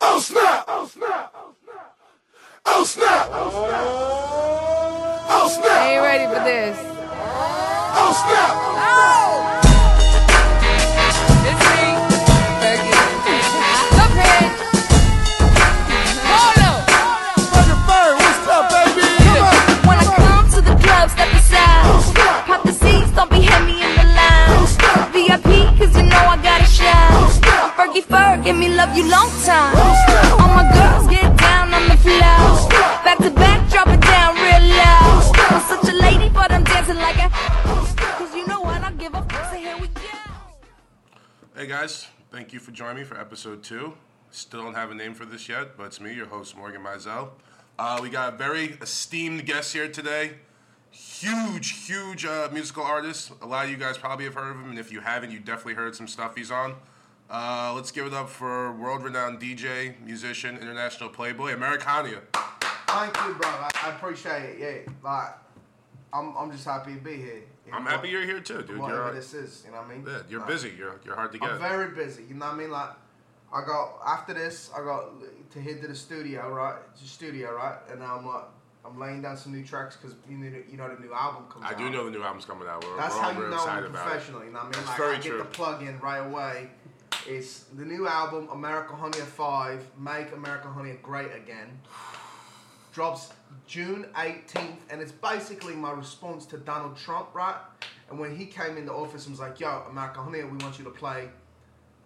Oh snap! Oh snap! Oh snap! Oh I snap! ain't ready for this. Oh snap! Oh! It's me, Fergie. Cuphead. Polo. What's up, baby? When I come to the club, step aside. Pop the seats, don't be hit me in the line. VIP, cause you know I gotta shine. Fergie Ferg, give me love you long time. All my girls get down on the floor. Back to back, drop it down real loud. I'm such a lady, but I'm dancing like a. Cause you know I don't give a fuck, so here we go. Hey guys, thank you for joining me for episode two. Still don't have a name for this yet, but it's me, your host Morgan Mizell. Uh, we got a very esteemed guest here today. Huge, huge uh, musical artist. A lot of you guys probably have heard of him, and if you haven't, you definitely heard some stuff he's on. Uh, let's give it up for world-renowned DJ, musician, international playboy, Americania. Thank you, bro. I, I appreciate it. Yeah, like I'm, I'm just happy to be here. You I'm know, happy you're here too, dude. Whatever You're, this is, you know what I mean? yeah, you're Like, busy. You're, you're hard to I'm get. very busy. You know what I mean? Like, I got after this, I got to head to the studio, right? To the studio, right? And now I'm like, I'm laying down some new tracks because you know, you know the new album comes I out. do know the new album's coming out. We're, That's we're all how you real know excited I'm about it. professional. You know what I mean? Like, very I true. get the plug in right away. It's the new album, America Honey at Five, Make America Honey Great Again. Drops June 18th, and it's basically my response to Donald Trump, right? And when he came in the office and was like, yo, America Honey, we want you to play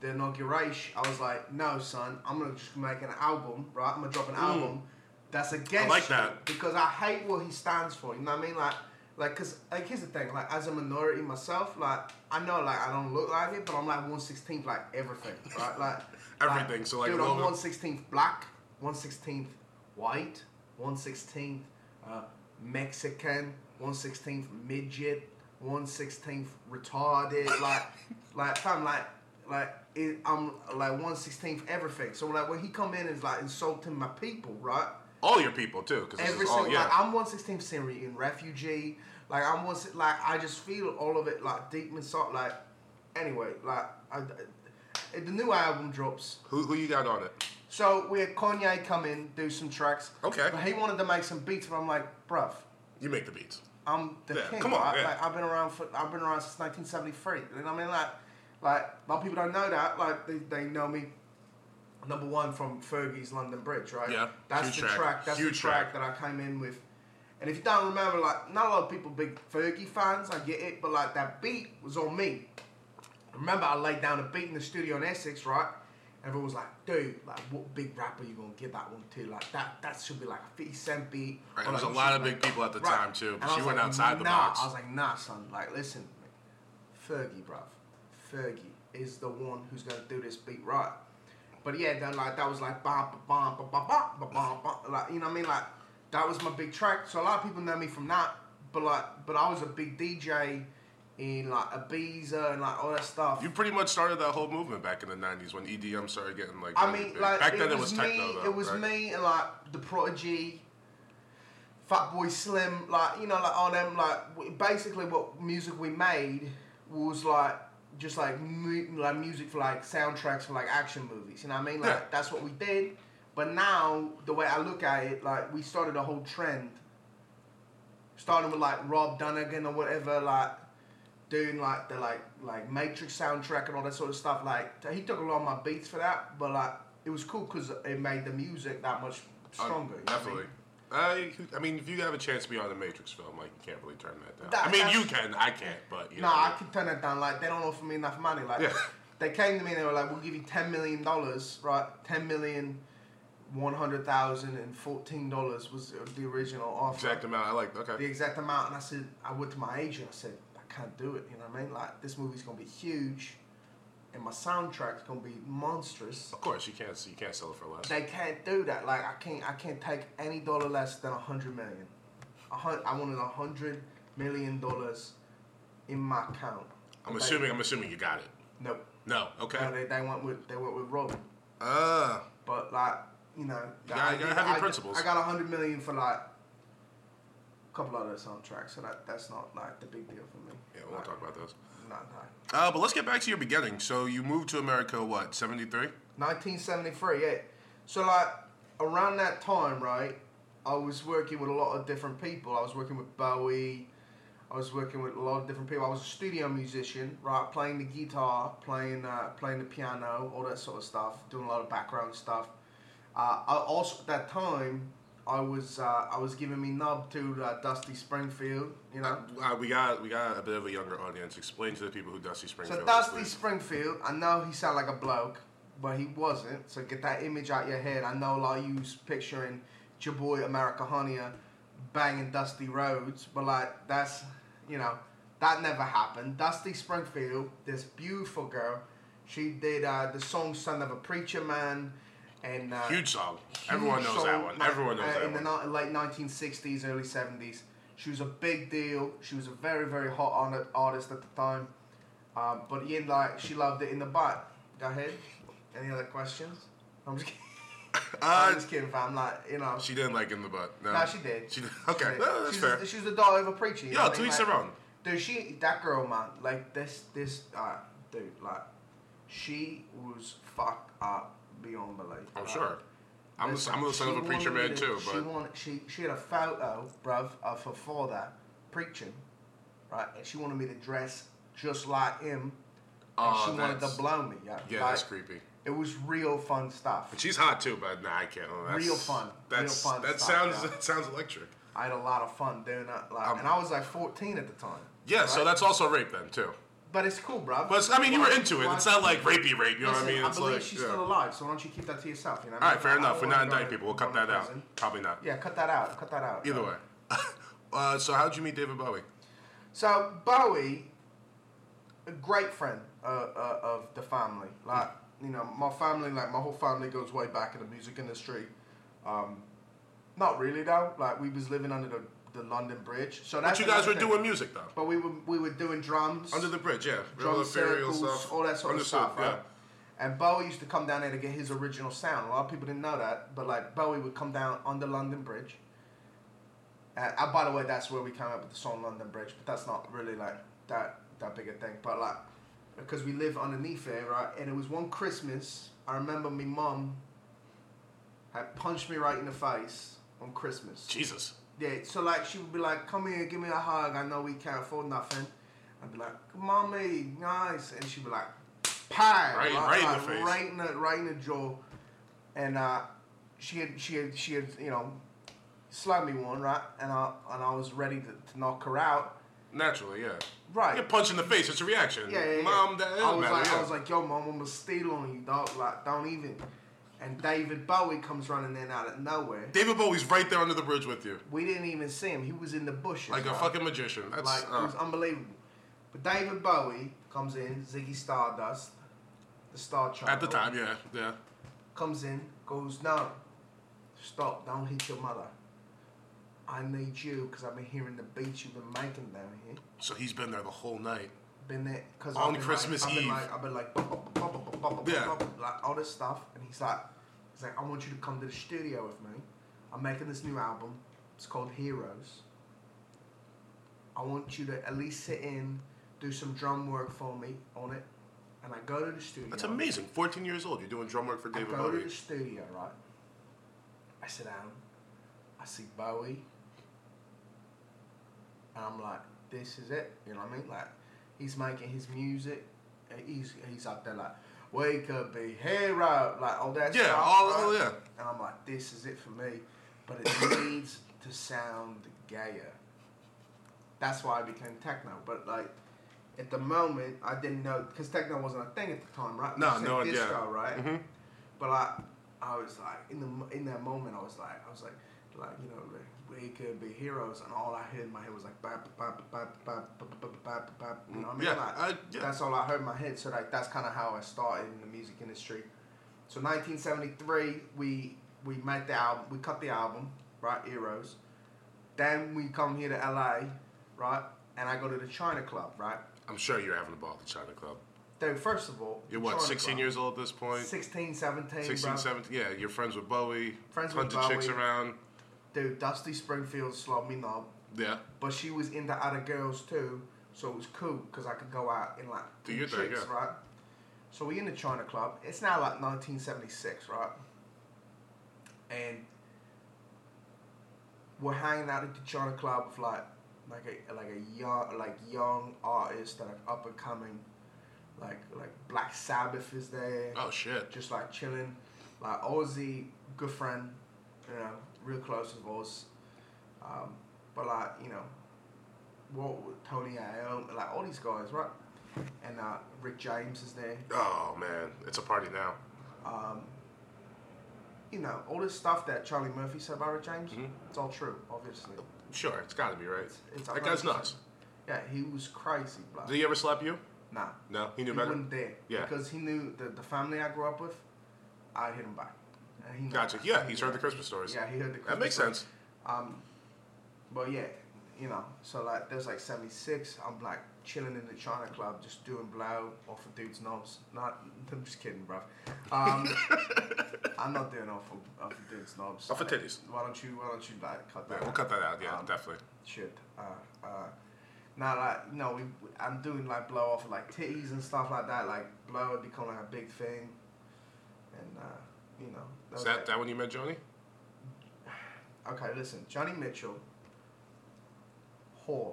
the inauguration. I was like, no, son, I'm gonna just make an album, right? I'm gonna drop an album that's against Mm. like you," that. because I hate what he stands for. You know what I mean? Like, like, cause like here's the thing. Like, as a minority myself, like I know like I don't look like it, but I'm like one sixteenth, like everything, right? Like Everything, so, like, dude, a little I'm bit- one sixteenth black, one sixteenth white, one sixteenth uh, Mexican, one sixteenth midget, one sixteenth retarded, like, like fam, like, like it, I'm like one sixteenth everything. So like when he come in and is like insulting my people, right? All your people too, because Every all single yeah. like I'm one sixteenth Syrian refugee. Like I'm one si- like I just feel all of it like deep inside. Like anyway, like I, I- the new album drops. Who who you got on it? So we had Kanye come in, do some tracks. Okay. But he wanted to make some beats, but I'm like, bruv, You make the beats. I'm the Yeah, king. come on, right? yeah. Like I've been around for I've been around since 1973. You know what I mean? Like, like a lot of people don't know that. Like they, they know me. Number one from Fergie's London Bridge, right? Yeah, That's huge the track, track. That's huge the track. track, that I came in with. And if you don't remember, like not a lot of people big Fergie fans. I get it, but like that beat was on me. Remember, I laid down a beat in the studio in Essex, right? Everyone was like, "Dude, like, what big rapper you gonna give that one to? Like, that that should be like a 50 Cent beat." Right, there Or, was like, a lot should of be big people at the time, too, but And I she was went like, outside the nah. box. I was like, "Nah, son. Like, listen, Fergie, bruv. Fergie is the one who's gonna do this beat right." But yeah, that like that was like bam, bam, bam, bam, bam, bam, bam, bam, like you know what I mean? Like that was my big track. So a lot of people know me from that. But like, but I was a big DJ in like Ibiza and like all that stuff. You pretty much started that whole movement back in the '90s when EDM started getting like. I really mean, big. like back it, then was it was techno. me, though, it was right? me and like the Prodigy, Fatboy Slim, like you know, like all them, like w- basically what music we made was like just like mu- like music for like soundtracks for like action movies. You know what I mean? Like Yeah. that's what we did. But now the way I look at it, like we started a whole trend, starting with like Rob Dunnigan or whatever, like. Doing like the like like Matrix soundtrack and all that sort of stuff. Like t- he took a lot of my beats for that, but like it was cool because it made the music that much Uh, stronger. you know what I mean? definitely. I, I mean, if you have a chance to be on the Matrix film, like you can't really turn that down. That- I mean, that's- you can, I can't, but you No, know, I could turn that down. Like they don't offer me enough money. Like Yeah. they came to me and they were like, "We'll give you ten million dollars, right? Ten million, one hundred thousand, and fourteen dollars was the original offer. exact amount. I like. Okay, The exact amount." And I said, I went to my agent. I said, I can't do it. You know what I mean? Like this movie's gonna be huge, and my soundtrack's gonna be monstrous. of course you can't. You can't sell it for less. They can't do that. Like I can't. I can't take any dollar less than a hundred million. A hun- I wanted a hundred million dollars in my account. I'm Like, assuming. I'm assuming you got it. Nope. No. Okay. No, they, they went with they went with Robin, Uh, but like you know, gotta- I you gotta did- have your I- principles. I got a hundred million for like a couple other soundtracks, so that that's not like the big deal for me. yeah, we'll Like, talk about those. No, no. Uh, but let's get back to your beginning. So you moved to America, what, '73? 1973, yeah. So like around that time, right? I was working with a lot of different people. I was working with Bowie. I was working with a lot of different people. I was a studio musician, right? Playing the guitar, playing uh, playing the piano, all that sort of stuff. Doing a lot of background stuff. Uh, I also at that time, I was uh, I was giving me nub to uh, Dusty Springfield. You know. Uh, we got we got a bit of a younger audience. Explain to the people who Dusty Springfield So is. Dusty please. Springfield, I know he sounded like a bloke, but he wasn't. So get that image out your head. I know a lot of you's picturing your boy America Honia banging Dusty Rhodes, but like that's you know that never happened. Dusty Springfield, this beautiful girl, she did uh, the song "Son of a Preacher Man," and uh, Huge song. Everyone knows that song, one. like, Everyone knows uh, that in one. the ni- late 1960s, early 70s. She was a big deal. She was a very, very hot on- artist at the time. Um, but yeah, like she loved it in the butt. Go ahead. Any other questions? I'm just kidding. I'm Uh, just kidding, fam. Like you know. she didn't like in the butt. No, no, she did. She did. She Okay, did. No, that's she's, fair. She's the daughter of a preacher. you Yo, know what I to mean? each Like, their own. Dude, she that girl, man. Like this, this uh, dude, like she was fucked up beyond belief. I'm like, Oh, sure. I'm the, Listen, I'm the son of a she preacher man wanted- too, She but wanted, she she had a photo, bruv, of her father preaching, right? And she wanted me to dress just like him. And Oh, she wanted to that's- blow me. Yeah, yeah, like, that's creepy. It was real fun stuff. She's hot too, but nah, I can't. Oh, that's- Real fun. That's Real fun that stuff, sounds yeah. that sounds electric. I had a lot of fun doing that, like, Um, and I was like 14 at the time. Yeah, so right? that's also rape then too. But it's cool, bruv. But it's- I mean, you were Why- into it. why- It's not like rapey rape. You know what I Listen, mean? It's believe like, she's yeah. still alive, so why don't you keep that to yourself? You know. what I All mean? right, fair Like, I enough. don't We're not wanna go to- indicting people. We'll cut go to that out. prison. Probably not. Yeah, cut that out. Cut that out. Either bruv. way. uh, so how'd you meet David Bowie? So Bowie, a great friend uh, uh, of the family. Like you know, my family, like my whole family goes way back in the music industry. Um, not really though. Like we was living under the, the London Bridge. So But that's you guys were another thing. doing music though. But we were we were doing drums Under the bridge, yeah. drum Real ethereal circles, stuff. all that sort Understood, of stuff. yeah. Right? And Bowie used to come down there to get his original sound. A lot of people didn't know that, but like Bowie would come down on the London Bridge. And, and by the way, that's where we came up with the song London Bridge, but that's not really like that that big a thing. But like, because we live underneath it, right? And it was one Christmas. I remember my mum had punched me right in the face on Christmas. Jesus. Yeah, so like she would be like, "Come here, give me a hug. I know we can't afford nothing." I'd be like, "Mommy, nice," and she'd be like, "Pie!" Right- like, right in the like, face. right in the right in the jaw. And uh, she had she had she had you know, slugged me one right, and I and I was ready to, to knock her out. Naturally, yeah. Right. You get punched in the face. It's a reaction. Yeah, yeah, yeah. Mom, that I was matter. like, yeah. I was like, yo, mom, I'm gonna steal on you, dog. Like, don't even. And David Bowie comes running in out of nowhere. David Bowie's right there under the bridge with you, We didn't even see him. He was in the bushes. like a right? fucking magician. That's Like uh, it was unbelievable. But David Bowie comes in, Ziggy Stardust, the Star Child. at the time, yeah, yeah. Comes in, goes, no, stop, don't hit your mother. I need you because I've been hearing the beats you've been making down here. So he's been there the whole night. Been there because On Christmas like, I've been Eve. like, I've been like, bop, bop, bop, bop, bop, bop, bop, Yeah. bop, like all this stuff, and he's like, he's like, I want you to come to the studio with me. I'm making this new album. It's called Heroes. I want you to at least sit in, do some drum work for me on it, and I go to the studio. That's amazing. 14 years old, you're doing drum work for I David go to Bowie. the studio, right? I sit down. I see Bowie. And I'm like, this is it. You know what I mean? Like, he's making his music. and He's he's up there like, wake up, be hero, like all that Yeah, stuff. all- right? all- yeah. And I'm like, this is it for me. But it needs to sound gayer. That's why I became techno. But like, at the moment, I didn't know because techno wasn't a thing at the time, right? No, You said no, Mm-hmm. yeah. disco, right? But I, I was like, in the mo- in that moment, I was like, I was like, like you know, like, we could be heroes, and all I heard in my head was like, bap, bap, bap, bap, bap, bap, bap, bap. You know what I mean? Yeah, Like, I- yeah. That's all I heard in my head. So like, that's kind of how I started in the music industry. So 1973, we we made the album, we cut the album, right? Heroes. Then we come here to LA, right? And I go to the China Club, right? I'm sure you're having a ball at the China Club. Dude, first of all, You're what, China 16 Club. years old at this point? 16, 17, 16, bro. 17. Yeah, you're friends with Bowie. Friends tons with of chicks Bowie. around. Dude, Dusty Springfield slobbed me knob, Yeah. but she was into other girls too, so it was cool because I could go out and like Do your thing, chicks, yeah. right? So we in the China Club. It's now like 1976, right? and we're hanging out at the China Club with like like a like a young like young artists that are up and coming, like like Black Sabbath is there Oh shit. just like chilling. Like Ozzy, good friend, you know, real close with us. Um, but like you know, what with Tony Iommi, like all these guys, right? And uh, Rick James is there. Oh man, it's a party now. You know, all this stuff that Charlie Murphy said about Rick James, Mm-hmm. it's all true, obviously. Sure, it's got to be right. It's that guy's 100%. nuts. Yeah, he was crazy, black. Did he ever slap you? nah, No, he knew he better. wouldn't dare. Yeah. because he knew the the family I grew up with. I hit him back. And he knew Gotcha. that. Yeah, He he's knew heard the that. Christmas stories. Yeah, he heard the Christmas That makes stories. sense. But yeah, you know, so like there's like 76. I'm like chilling in the China Club, just doing blow off a dude's nose. Not, I'm just kidding, bruv. Um, I'm not doing off of, off a dude's nose. Off of Oh, titties. Why don't you Why don't you like cut that? Yeah, we'll out? cut that out. Yeah, Um, definitely. Shit. Uh, uh, now like no, we, I'm doing like blow off of, like titties and stuff like that. Like blow had become like a big thing, and uh, you know. that Is was, that like- that when you met Joni? Okay, listen, Johnny Mitchell, whore,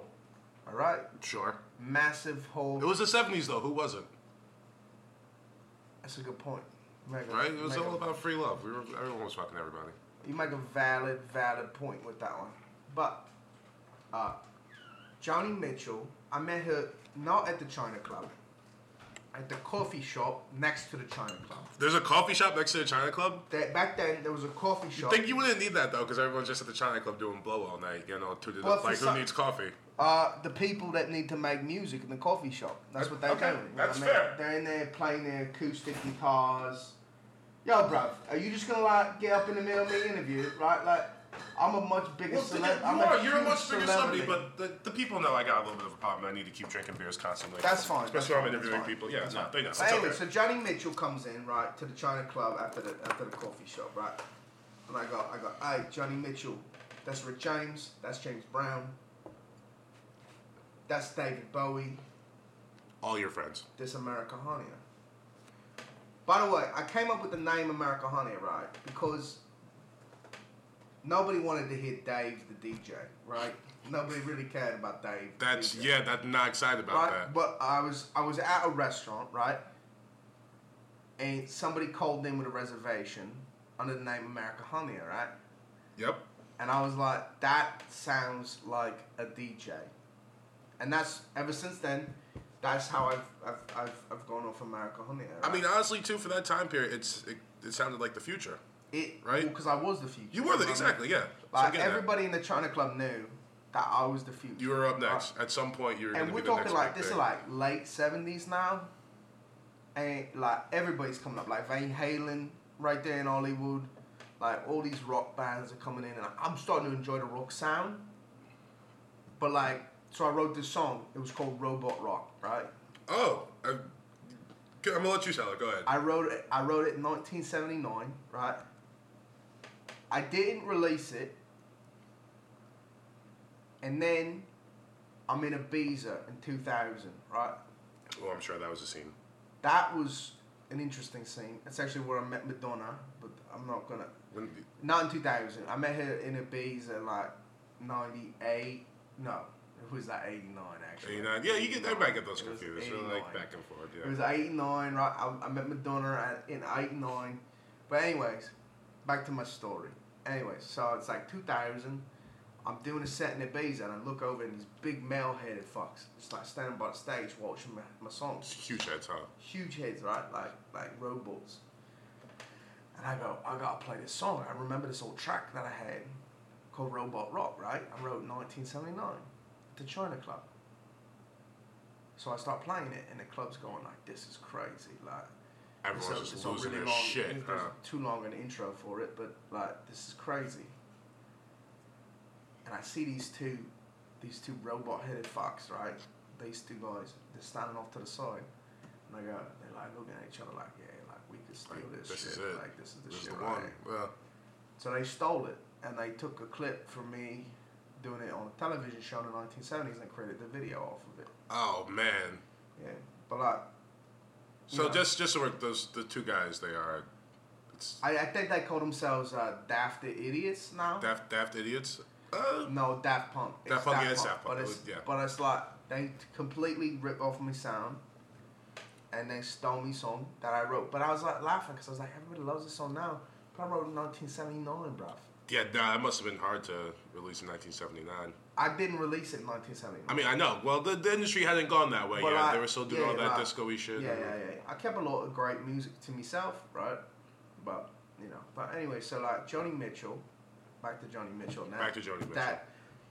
all right, Sure. massive whore. It was the '70s though. Who wasn't? That's a good point. You make a- Right? It was make a- all about free love. We were everyone was fucking everybody. You make a valid, valid point with that one, but uh, Johnny Mitchell, I met her not at the China Club, at the coffee shop next to the China Club. There's a coffee shop next to the China Club. That back then there was a coffee I shop. think you wouldn't need that though, because everyone's just at the China Club doing blow all night. You know, to the, Well, for like who some- needs coffee? Uh, the people that need to make music in the coffee shop. That's what they Okay, do. You know that's what I mean? fair. They're in there playing their acoustic guitars. Yo, bruv, are you just gonna like get up in the middle of the interview, right? Like, I'm a much bigger Well, think celebrity. of- you are. You're a much bigger celebrity, but the, the people know I got a little bit of a problem. I need to keep drinking beers constantly. That's fine, Especially that's when I'm fine, interviewing that's fine. people. Yeah, no, they know. It's But anyway, okay. so Johnny Mitchell comes in right to the China Club after the after the coffee shop, right? And I go, I go, hey, Johnny Mitchell, that's Rick James, that's James Brown, that's David Bowie, All your friends. this America Honey. By the way, I came up with the name America Honey, right? Because nobody wanted to hear Dave the DJ, right? Nobody really cared about Dave. the That's DJ, yeah. That's not excited about Right? that. But I was I was at a restaurant, right? And somebody called in with a reservation under the name America Honey, right? Yep. And I was like, that sounds like a DJ. And that's ever since then, that's how I've I've, I've, I've gone off America Honey. I mean, honestly, too, for that time period, it's it, it sounded like the future. it right? because I was the future. You were the, know what I mean? exactly yeah. So Like again, that- everybody in the China Club knew that I was the future. you were up right? next. At some point, you were. and gonna we're be the talking next like big this is thing. like late seventies now, and like everybody's coming up, like Van Halen right there in Hollywood, like all these rock bands are coming in, and I'm starting to enjoy the rock sound. But like, so I wrote this song. It was called Robot Rock, right? Oh, I, am gonna let you sell it. Go ahead. I wrote it. I wrote it in 1979, right? I didn't release it, and then I'm in Ibiza in 2000, right? well, Oh, I'm sure that was a scene. That was an interesting scene. That's actually where I met Madonna, but I'm not gonna. When, Not in 2000. I met her in Ibiza like 98. No, it was like 89 actually. 89. Yeah, you get everybody get those It was confused. They're like 89. back and forth. It was Yeah. 89, right? I, I met Madonna at, in 89. But, anyways, back to my story. Anyways, so it's like 2000. I'm doing a set in Ibiza and I look over and these big male headed fucks just like standing by the stage watching my, my songs. It's huge heads, huh? Huge heads, right? Like like robots. And I go, I gotta play this song. I remember this old track that I had called Robot Rock, right? I wrote in 1979 at the China Club. So I start playing it, and the club's going like, "This is crazy!" Like, Everyone's it's a- just it's a losing their long, shit. it's huh? too long an intro for it, but like, this is crazy. And I see these two, these two robot-headed fucks, right? These two guys, they're standing off to the side, and I go, they're like looking at each other, like, "Yeah, like we could steal Like, this, this shit. is it. Like, this is the This is shit." the right one. here." Well, So they stole it and they took a clip from me doing it on a television show in the 1970s and created the video off of it. oh man. Yeah. But like, So Yeah. just just so we're- those the two guys they are I, I think they call themselves uh, Daft the Idiots now. Daft, Daft Idiots. Uh, no, Daft Punk. It's Daft Punk, yeah, it's Daft Punk. But It it's, was- yeah. but it's like they completely rip off my sound, and they stole me song that I wrote. But I was like laughing because I was like, everybody loves this song now. But I wrote it in 1979, bruv. yeah, nah, that must have been hard to release in 1979. I didn't release it in 1979. I mean, I know. Well, the, the industry hadn't gone that way But yet. I- they were still doing yeah, all that like- disco-y shit. Yeah, yeah, yeah. I kept a lot of great music to myself, right? But you know, but anyway, so like Johnny Mitchell, back to Johnny Mitchell now. Back to Joni Mitchell. That,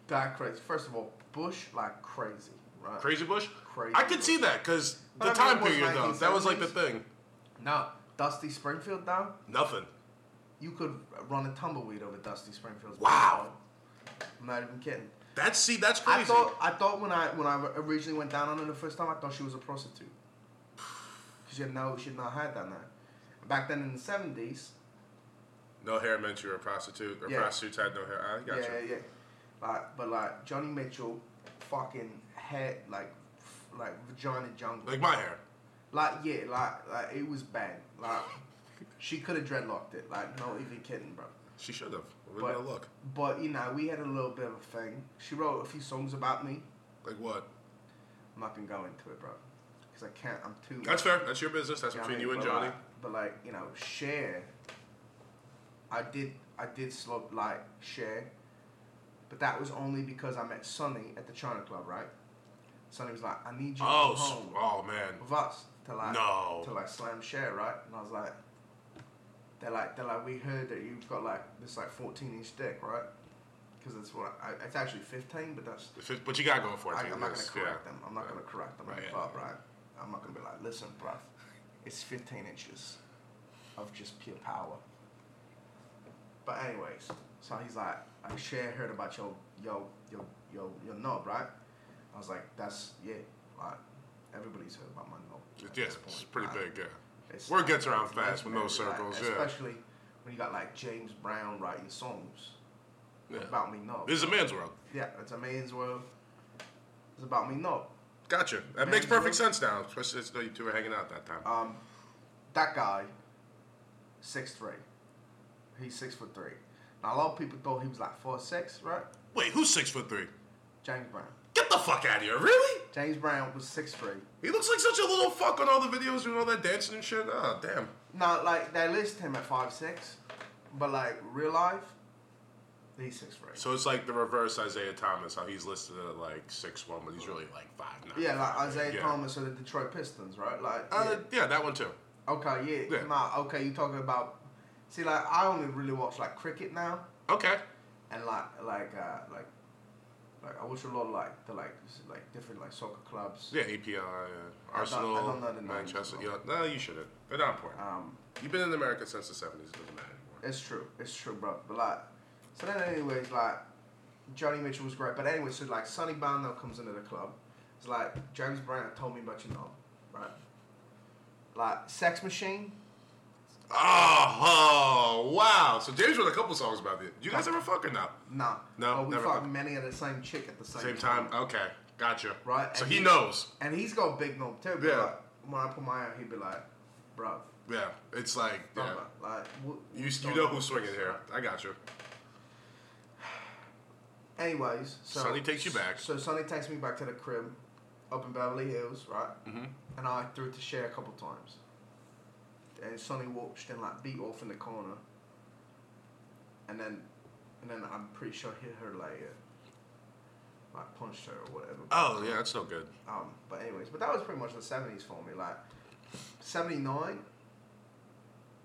that crazy. First of all, Bush like crazy, right? Crazy Bush. Crazy I could Bush. see that because But the I mean, time it was period though. That was like the 1970s. thing. No, Dusty Springfield though, Nothing. you could run a tumbleweed over Dusty Springfield's. Wow. back, though. I'm not even kidding. That's see, that's crazy. I thought I thought when I when I originally went down on her the first time, I thought she was a prostitute. Cause you know she had not had that now. Back then in the seventies, no hair meant you were a prostitute, or Yeah. prostitutes had no hair. I gotcha. Yeah, yeah, yeah. Like, but like Johnny Mitchell, fucking head like, f- like vagina jungle. Like my hair. Like yeah, like like it was bad. Like she could have dreadlocked it. Like not even kidding, bro. She should have. We're But gonna look. But you know we had a little bit of a thing. She wrote a few songs about me. Like what? I'm not gonna go into it, bro, because I can't. I'm too. That's fair. That's your business. That's know what I between mean? you and But, Johnny. like- but like you know, share. I did. I did slow like share, but that was only because I met Sonny at the China Club, right? Sonny was like, "I need you Oh, to s- come home oh man. with us to like No. to like slam share, right?" And I was like, "They're like they're like we heard that you've got like this like 14 inch dick, right?" Because that's what I, it's actually 15, but that's If it- But you gotta go for it. I, dude. I'm not gonna That's- correct yeah. them. I'm not gonna correct them. Right. But, right. I'm not gonna be like, listen, bruv, it's 15 inches of just pure power. But anyways, so he's like, I share heard about your your your your your knob, right? I was like, that's yeah, like everybody's heard about my knob. at Yeah, this it's point, pretty right? big. Yeah. It's Word gets around it's fast with those legendary, like, circles. Yeah. Especially when you got like James Brown writing songs Yeah. about me knob. This is a man's world. Yeah, it's a man's world. It's about me knob. Gotcha. That Man's makes perfect world. sense now, especially since you two were hanging out that time. Um, that guy, six three. He's six foot three. Now a lot of people thought he was like four six, right? Wait, who's six foot three? James Brown. Get the fuck out of here! Really? James Brown was six three. He looks like such a little fuck on all the videos doing all that dancing and shit. Oh damn. Now like they list him at five six, but like real life, he's six three. So it's like the reverse Isaiah Thomas, how he's listed at like six one, but he's really like five nine. yeah, like Isaiah yeah. Thomas of the Detroit Pistons, right? Like Uh, yeah. that one too. yeah. okay, yeah, yeah. Nah, okay, you talking about? See, like I only really watch like cricket now. Okay. and like like uh, like like I watch a lot of like the like s- like different like soccer clubs. Yeah, API, uh, Arsenal, I don't know the names, Manchester. bro. Yeah, no, you shouldn't. They're not important. Um, You've been in America since the seventies. It doesn't matter anymore. it's true, it's true, bro. But like, so then anyways, like Johnny Mitchell was great. But anyway, so like Sonny Bono comes into the club. It's like James Brown told me about your knob, right? Like Sex Machine. Oh, oh, wow! So James wrote a couple songs about it. You guys ever fuck or no? No, No, But we never fucked mind. many of the same chick at the same, Same time. Okay, gotcha. Right, So and he he- knows. And he's got a big knob too. But Yeah. like, when I put my hand, he'd be like, "Bro, Yeah, it's like yeah. like what- You what you talking know about?" who's swinging here. I got you. Anyways, so Sonny takes you back. So Sonny takes me back to the crib, up in Beverly Hills, right? Mm-hmm. And I threw it to share a couple times. And Sonny watched and like beat off in the corner. And then, and then I'm pretty sure hit her later. Like punched her or whatever. Oh yeah, that's no good. Um, but anyways, but that was pretty much the seventies for me. Like seventy nine,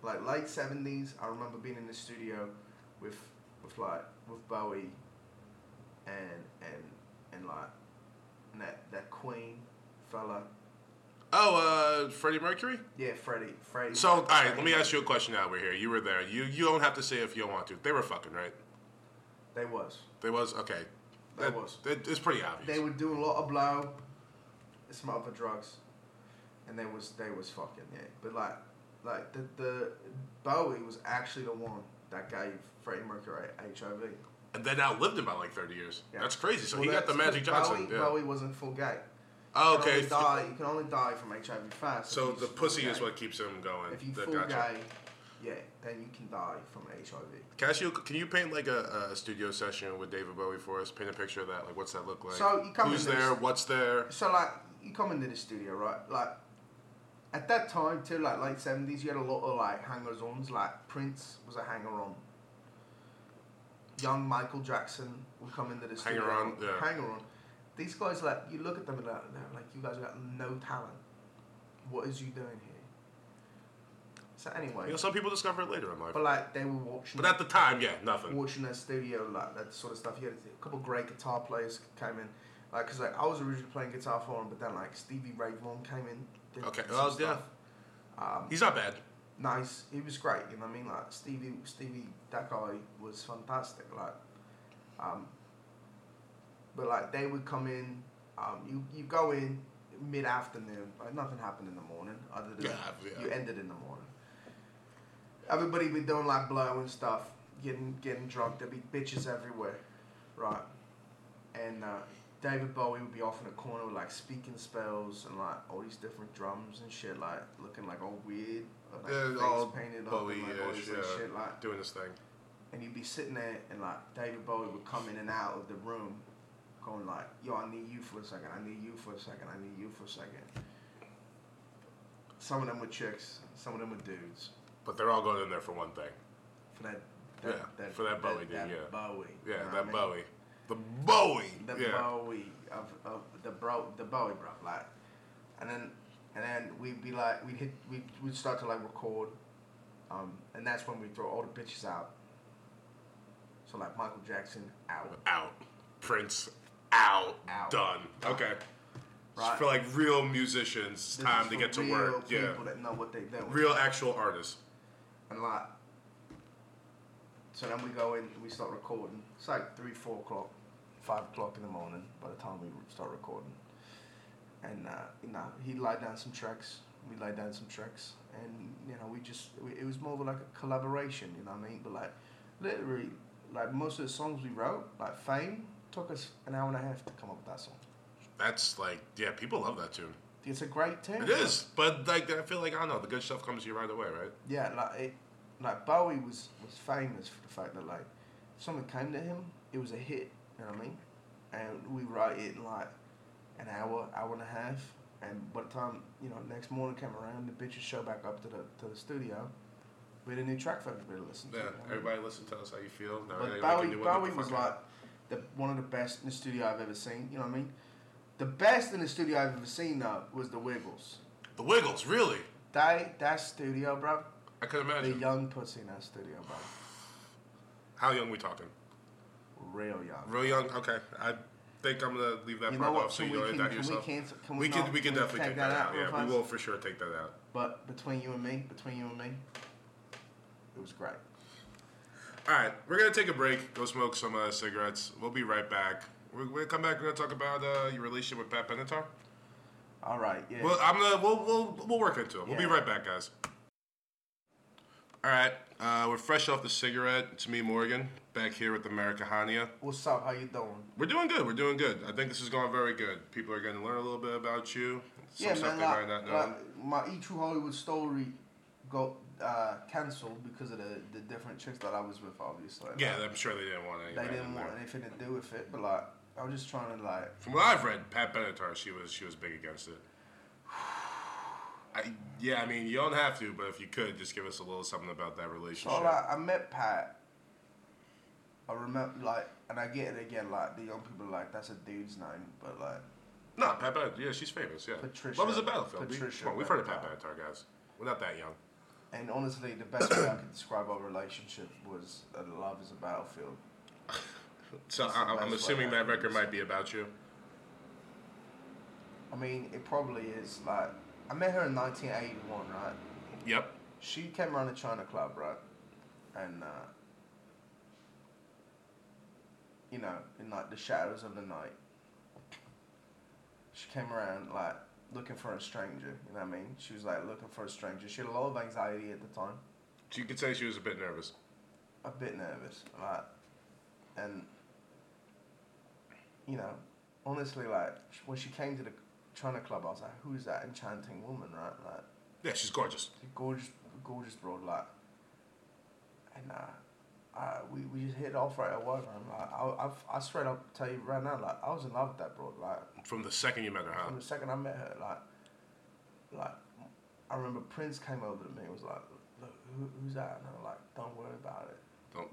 like late seventies. I remember being in the studio with with like with Bowie and and and like and that that Queen fella. Oh, uh, Freddie Mercury. Yeah, Freddie. Freddie. So, all right, let me ask you a question. Now we're here. You were there. You you don't have to say if you don't want to. They were fucking right. They was. They was okay. They That- was. That, it's pretty obvious. They would do a lot of blow, some other drugs, and they was they was fucking yeah. But like, like the the Bowie was actually the one that gave Freddie Mercury HIV. and then outlived him by like thirty years. Yeah. That's crazy. So Well, he got the that's 'cause Magic Johnson. Bowie, Yeah. Bowie wasn't full gay. Oh, You can okay. only die- you can only die from HIV fast. So if the you full pussy is gay. what keeps him going. If you That- full gotcha. gay, yeah, then you can die from HIV. Cassio, can you paint like a, a studio session with David Bowie for us? Paint a picture of that. Like, what's that look like? So, you come Who's in there- there? What's there? So like you come into the studio, right? Like at that time too, like late seventies, you had a lot of like hangers ons. Like Prince was a hanger on. Young Michael Jackson would come into the studio. Hanger-on, yeah. Hanger on. These guys, like you look at them and they're they're like, you guys got no talent. What is you doing here? So anyway, You know, some people discover it later in life. but like they were watching. But at the time, yeah, nothing. watching their studio, like that sort of stuff. You had a couple great guitar players came in, like because like I was originally playing guitar for him, but then like Stevie Ray Vaughan came in. did Okay, some well, yeah. stuff. He's not bad. nice. He was great. You know what I mean? Like Stevie, Stevie, that guy was fantastic. Like, um, but like they would come in. Um, you you go in mid afternoon. Like nothing happened in the morning other than Yeah, yeah. you ended in the morning. Everybody be doing like blowing stuff, getting getting drunk. There'd be bitches everywhere, right? And uh, David Bowie would be off in a corner with like speaking spells and like all these different drums and shit, like looking like all weird, like, Yeah, face all painted up, and, like, all Bowie-ish, this like, yeah, shit, like doing his thing. and you'd be sitting there and like David Bowie would come in and out of the room going like, Yo, I need you for a second, I need you for a second, I need you for a second. Some of them were chicks, some of them were dudes. But they're all going in there for one thing. For that, Yeah, for that Bowie dude, yeah. Bowie. you Yeah, know what I that mean? Bowie. The Bowie. The yeah. Bowie of, of the bro the Bowie bro, like and then and then we'd be like we'd hit we'd, we'd start to like record. Um, and that's when we throw all the bitches out. So like Michael Jackson out. Out. Prince. Out. Out. Done. Okay. Right. For like real musicians, it's This time is to for get to real work. People Yeah. that know what they do. Real actual artists. and like. So then we go in, we start recording. It's like three, four o'clock, five o'clock in the morning by the time we start recording. And uh, you know, he laid down some tracks. We laid down some tracks, and you know, we just we, it was more of like a collaboration. You know what I mean? But like, literally, like most of the songs we wrote, like Fame, took us an hour and a half to come up with that song. That's like, yeah, people love that tune. It's a great tune. It is, but like, I feel like I don't know. The good stuff comes to you right away, right? yeah, like it, like Bowie was was famous for the fact that like if something came to him, it was a hit. You know what I mean? And we write it in like an hour, hour and a half, and by the time you know next morning came around, the bitches show back up to the to the studio. We had a new track for everybody to listen to. Yeah. you know what I mean? Everybody, listen to us how you feel. Now But they make a Bowie, new one, Bowie get the was fuck like out. the one of the best in the studio I've ever seen. You know what I mean? The best in the studio I've ever seen though was the Wiggles. the Wiggles, really? They that studio, bro. I could The imagine. young pussy in that studio, bro. How young we talking? Real young. Real young. Okay, I think I'm gonna leave that You know part what, off so can you we- edit can- that can we yourself. cancel- can we we can not- we can can we definitely take that, out. real Yeah, we fast? will for sure take that out. But between you and me, between you and me, it was great. All right, we're gonna take a break. Go smoke some uh, cigarettes. We'll be right back. We're we're gonna come back. We're gonna talk about uh, your relationship with Pat Benatar. All right, yeah. Well, I'm gonna we'll we'll, we'll work into it. We'll be Yeah. right back, guys. All right, uh, we're fresh off the cigarette. It's me, Morgan, back here with America Hania. What's up? How you doing? We're doing good. We're doing good. I think this is going very good. People are going to learn a little bit about you. Some yeah, stuff man. they Like, might not know. like, my E True Hollywood story got uh, cancelled because of the, the different chicks that I was with, obviously. Like, yeah, I'm sure they didn't want any. They of that in didn't want there. anything to do with it, but like, I was just trying to like. From what I've read, Pat Benatar, she was she was big against it. I, yeah, I mean, you don't have to, but if you could, just give us a little something about that So relationship. like, I met Pat. I remember like, and I get it again. Like the young people, are like that's a dude's name, but like, No, Pat Benatar. Yeah, she's famous. Yeah. Patricia- Love is a battlefield. We- Patricia come on, we've heard of Pat Benatar. Benatar, guys. We're not that young. and honestly, the best way I could describe our relationship was that love is a battlefield. So That's the I, I'm best assuming that way I can record describe might be about you. I mean, it probably is. Like, I met her in 1981, right? Yep. She came around the China Club, right? And, uh, you know, in like the shadows of the night, she came around like looking for a stranger. You know what I mean? She was like looking for a stranger. She had a lot of anxiety at the time, You could say she was a bit nervous. a bit nervous, like, and you know, honestly, like when she came to the China Club, I was like, who is that enchanting woman, right? Like. Yeah, she's gorgeous. gorgeous, gorgeous broad, like, and uh, I, we, we just hit it off right at work. And like, I, I, I straight up tell you right now, like I was in love with that broad. Like From the second you met her, huh? from the second I met her, like, like I remember Prince came over to me and was like, "Look, who, who's that?" And I'm like, "Don't worry about it." Don't.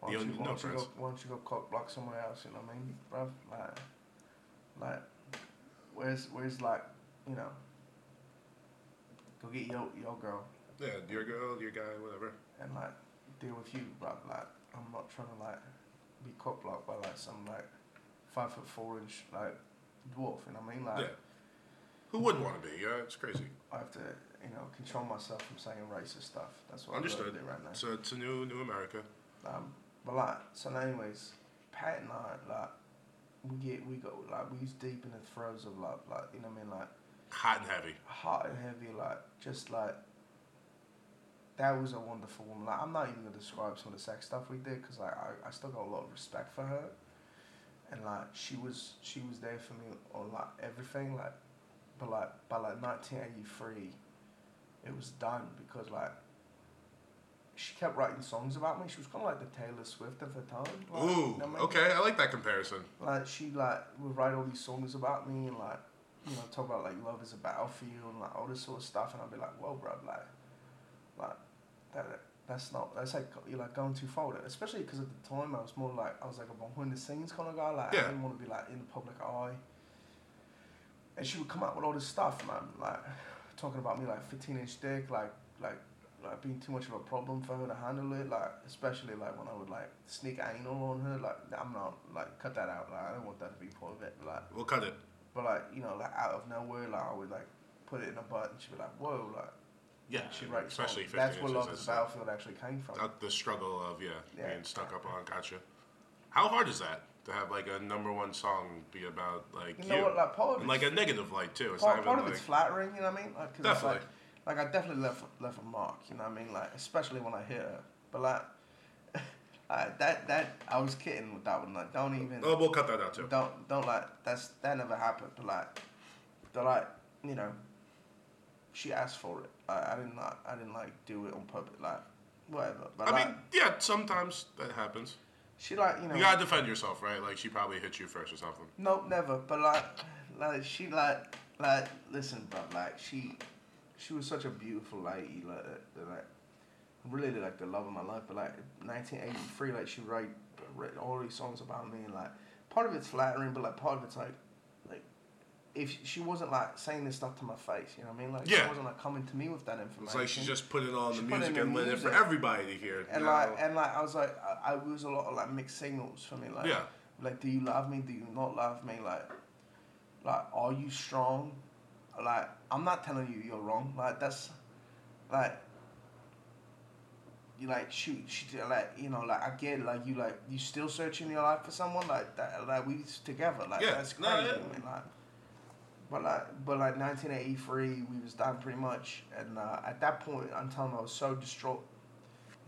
Why You don't, you, don't why, know don't you go, Prince. why don't you go cock block somewhere else? You know what I mean, bruv? Like, like, where's where's like, you know, go get your your girl Yeah, your girl, your guy, whatever. and like deal with you, bruv. Like, I'm not trying to like be cock blocked by like some like five foot four inch like dwarf. You know what I mean? Like, Yeah. Who wouldn't want to be? Yeah, it's crazy. I have to you know control myself from saying racist stuff. That's what I'm Understood. doing right now. So it's a new, new America. Um, but like, so anyways, Pat and I like we get we got like we was deep in the throes of love, like you know what I mean, like Hot and heavy. hot and heavy, like just like that was a wonderful woman. Like I'm not even gonna describe some of the sex stuff we did because like I, I still got a lot of respect for her, and like she was she was there for me on like everything, like but like by like 1983, it was done because like. She kept writing songs about me. She was kind of like the Taylor Swift of her time. like, you know Ooh, what I mean? okay, I like that comparison. like she like would write all these songs about me and like you know talk about like love is a battlefield and like all this sort of stuff and I'd be like whoa bro like like that that's not that's like you're like going too far with it especially because at the time I was more like I was like a behind the scenes kind of guy like Yeah. I didn't want to be like in the public eye and she would come out with all this stuff and I'm like talking about me like 15 inch dick like like like being too much of a problem for her to handle it, like especially like when I would like sneak anal on her, like I'm not like cut that out, like I don't want that to be part of it, like We'll cut it. but like you know like out of nowhere, like I would like put it in a butt and she'd be like whoa, like Yeah, she writes especially songs. 50 That's where inches, Love Is that's- a Battlefield actually came from. Not the struggle of yeah, Yeah. being stuck up on. Gotcha. How hard is that to have like a number one song be about like you? You know what, like, part of and, like a it's- negative light too. It's part, not part even of like it's flattering, you know what I mean? Like, 'cause it's Definitely. Like, like I definitely left left a mark, you know what I mean? Like especially when I hit her, but like. like that that I was kidding with that one. Like, don't even. oh, we'll cut that out too. don't don't like that's that never happened but like they're like you know she asked for it I, I didn't like I didn't like do it on public like whatever but I like mean, yeah, sometimes that happens. she like you know You gotta defend yourself, right? Like she probably hit you first or something. nope never but like like she like like listen but like she she was such a beautiful lady like that- that, like really like the love of my life but like 1983 like she write wrote all these songs about me and like part of it's flattering but like part of it's like like if she wasn't like saying this stuff to my face you know what I mean like Yeah. she wasn't like coming to me with that information It's like she's just putting on She the put in music the and letting it for music. everybody to hear. and No. like and like I was like I, I was a lot of like mixed signals for me like Yeah. like do you love me do you not love me like like are you strong like I'm not telling you you're wrong like that's like you like shoot she did, like you know like I get like you like you still searching your life for someone like that like we was together like Yeah. that's No, crazy yeah. man, like but like, but like 1983, we was done pretty much, and uh, at that point, I'm telling you, I was so distraught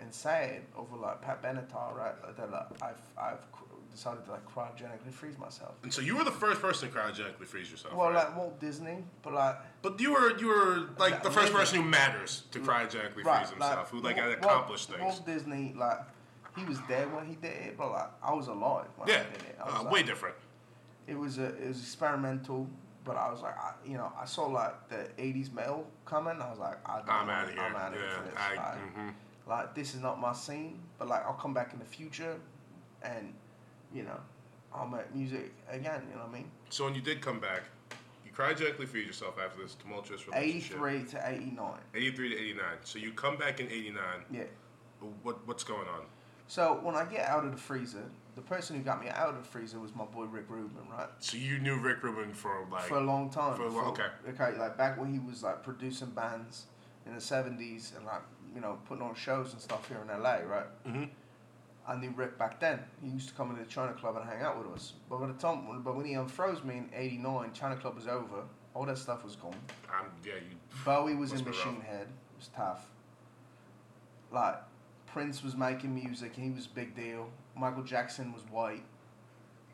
and sad over like Pat Benatar, right? like, That like, I've I've cr- decided to like cryogenically freeze myself. And so you were the first person to cryogenically freeze yourself. Well, right? like Walt Disney, but like but you were you were like Yeah, the first maybe. person who matters to cryogenically freeze himself, who like had Walt- accomplished Walt, things. Walt Disney, like he was there when he did it, but like I was alive when yeah, he did it. I was uh, like- way different. it was a it was experimental, but I was like, I, you know, I saw like the '80s male coming. I was like, I don't, I'm outta here. I'm out of here Yeah, for this. I- like, mhm. like, this is not my scene. But like, I'll come back in the future, and you know, I'll make music again. You know what I mean? So when you did come back, you cryogenically freed yourself after this tumultuous relationship. '83 to '89. 83 to 89. So you come back in 89. Yeah. What what's going on? So when I get out of the freezer, the person who got me out of the freezer was my boy Rick Rubin, right? So you knew Rick Rubin for like for a long time. For a lo- okay. Okay, like back when he was like producing bands in the seventies and like you know putting on shows and stuff here in LA, right? Mm-hmm. I knew Rick back then. He used to come into the China Club and hang out with us. But by the time, but when he unfroze me in '89, China Club was over. All that stuff was gone. I'm, yeah, you Bowie was Must in be rough. Machine Head. It was tough. Like Prince was making music and he was a big deal. Michael Jackson was white.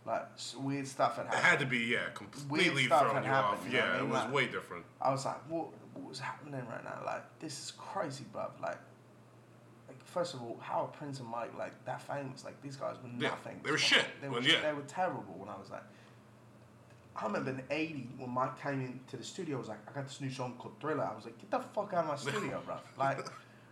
Like s- weird stuff had it happened. had to be yeah, completely stuff thrown had you happened, off. you know Yeah, what I mean? it was Like- way different. I was like, what, what was happening right now? Like, this is crazy, bruv. Like, like first of all, Howard Prince and Mike, like, they're famous. Like, these guys were Yeah, nothing. they were shit They were, when- yeah. they were terrible when I was like. I remember in 80 when Mike came into the studio, I was like, I got this new song called Thriller. I was like, get the fuck out of my studio, bro. Like,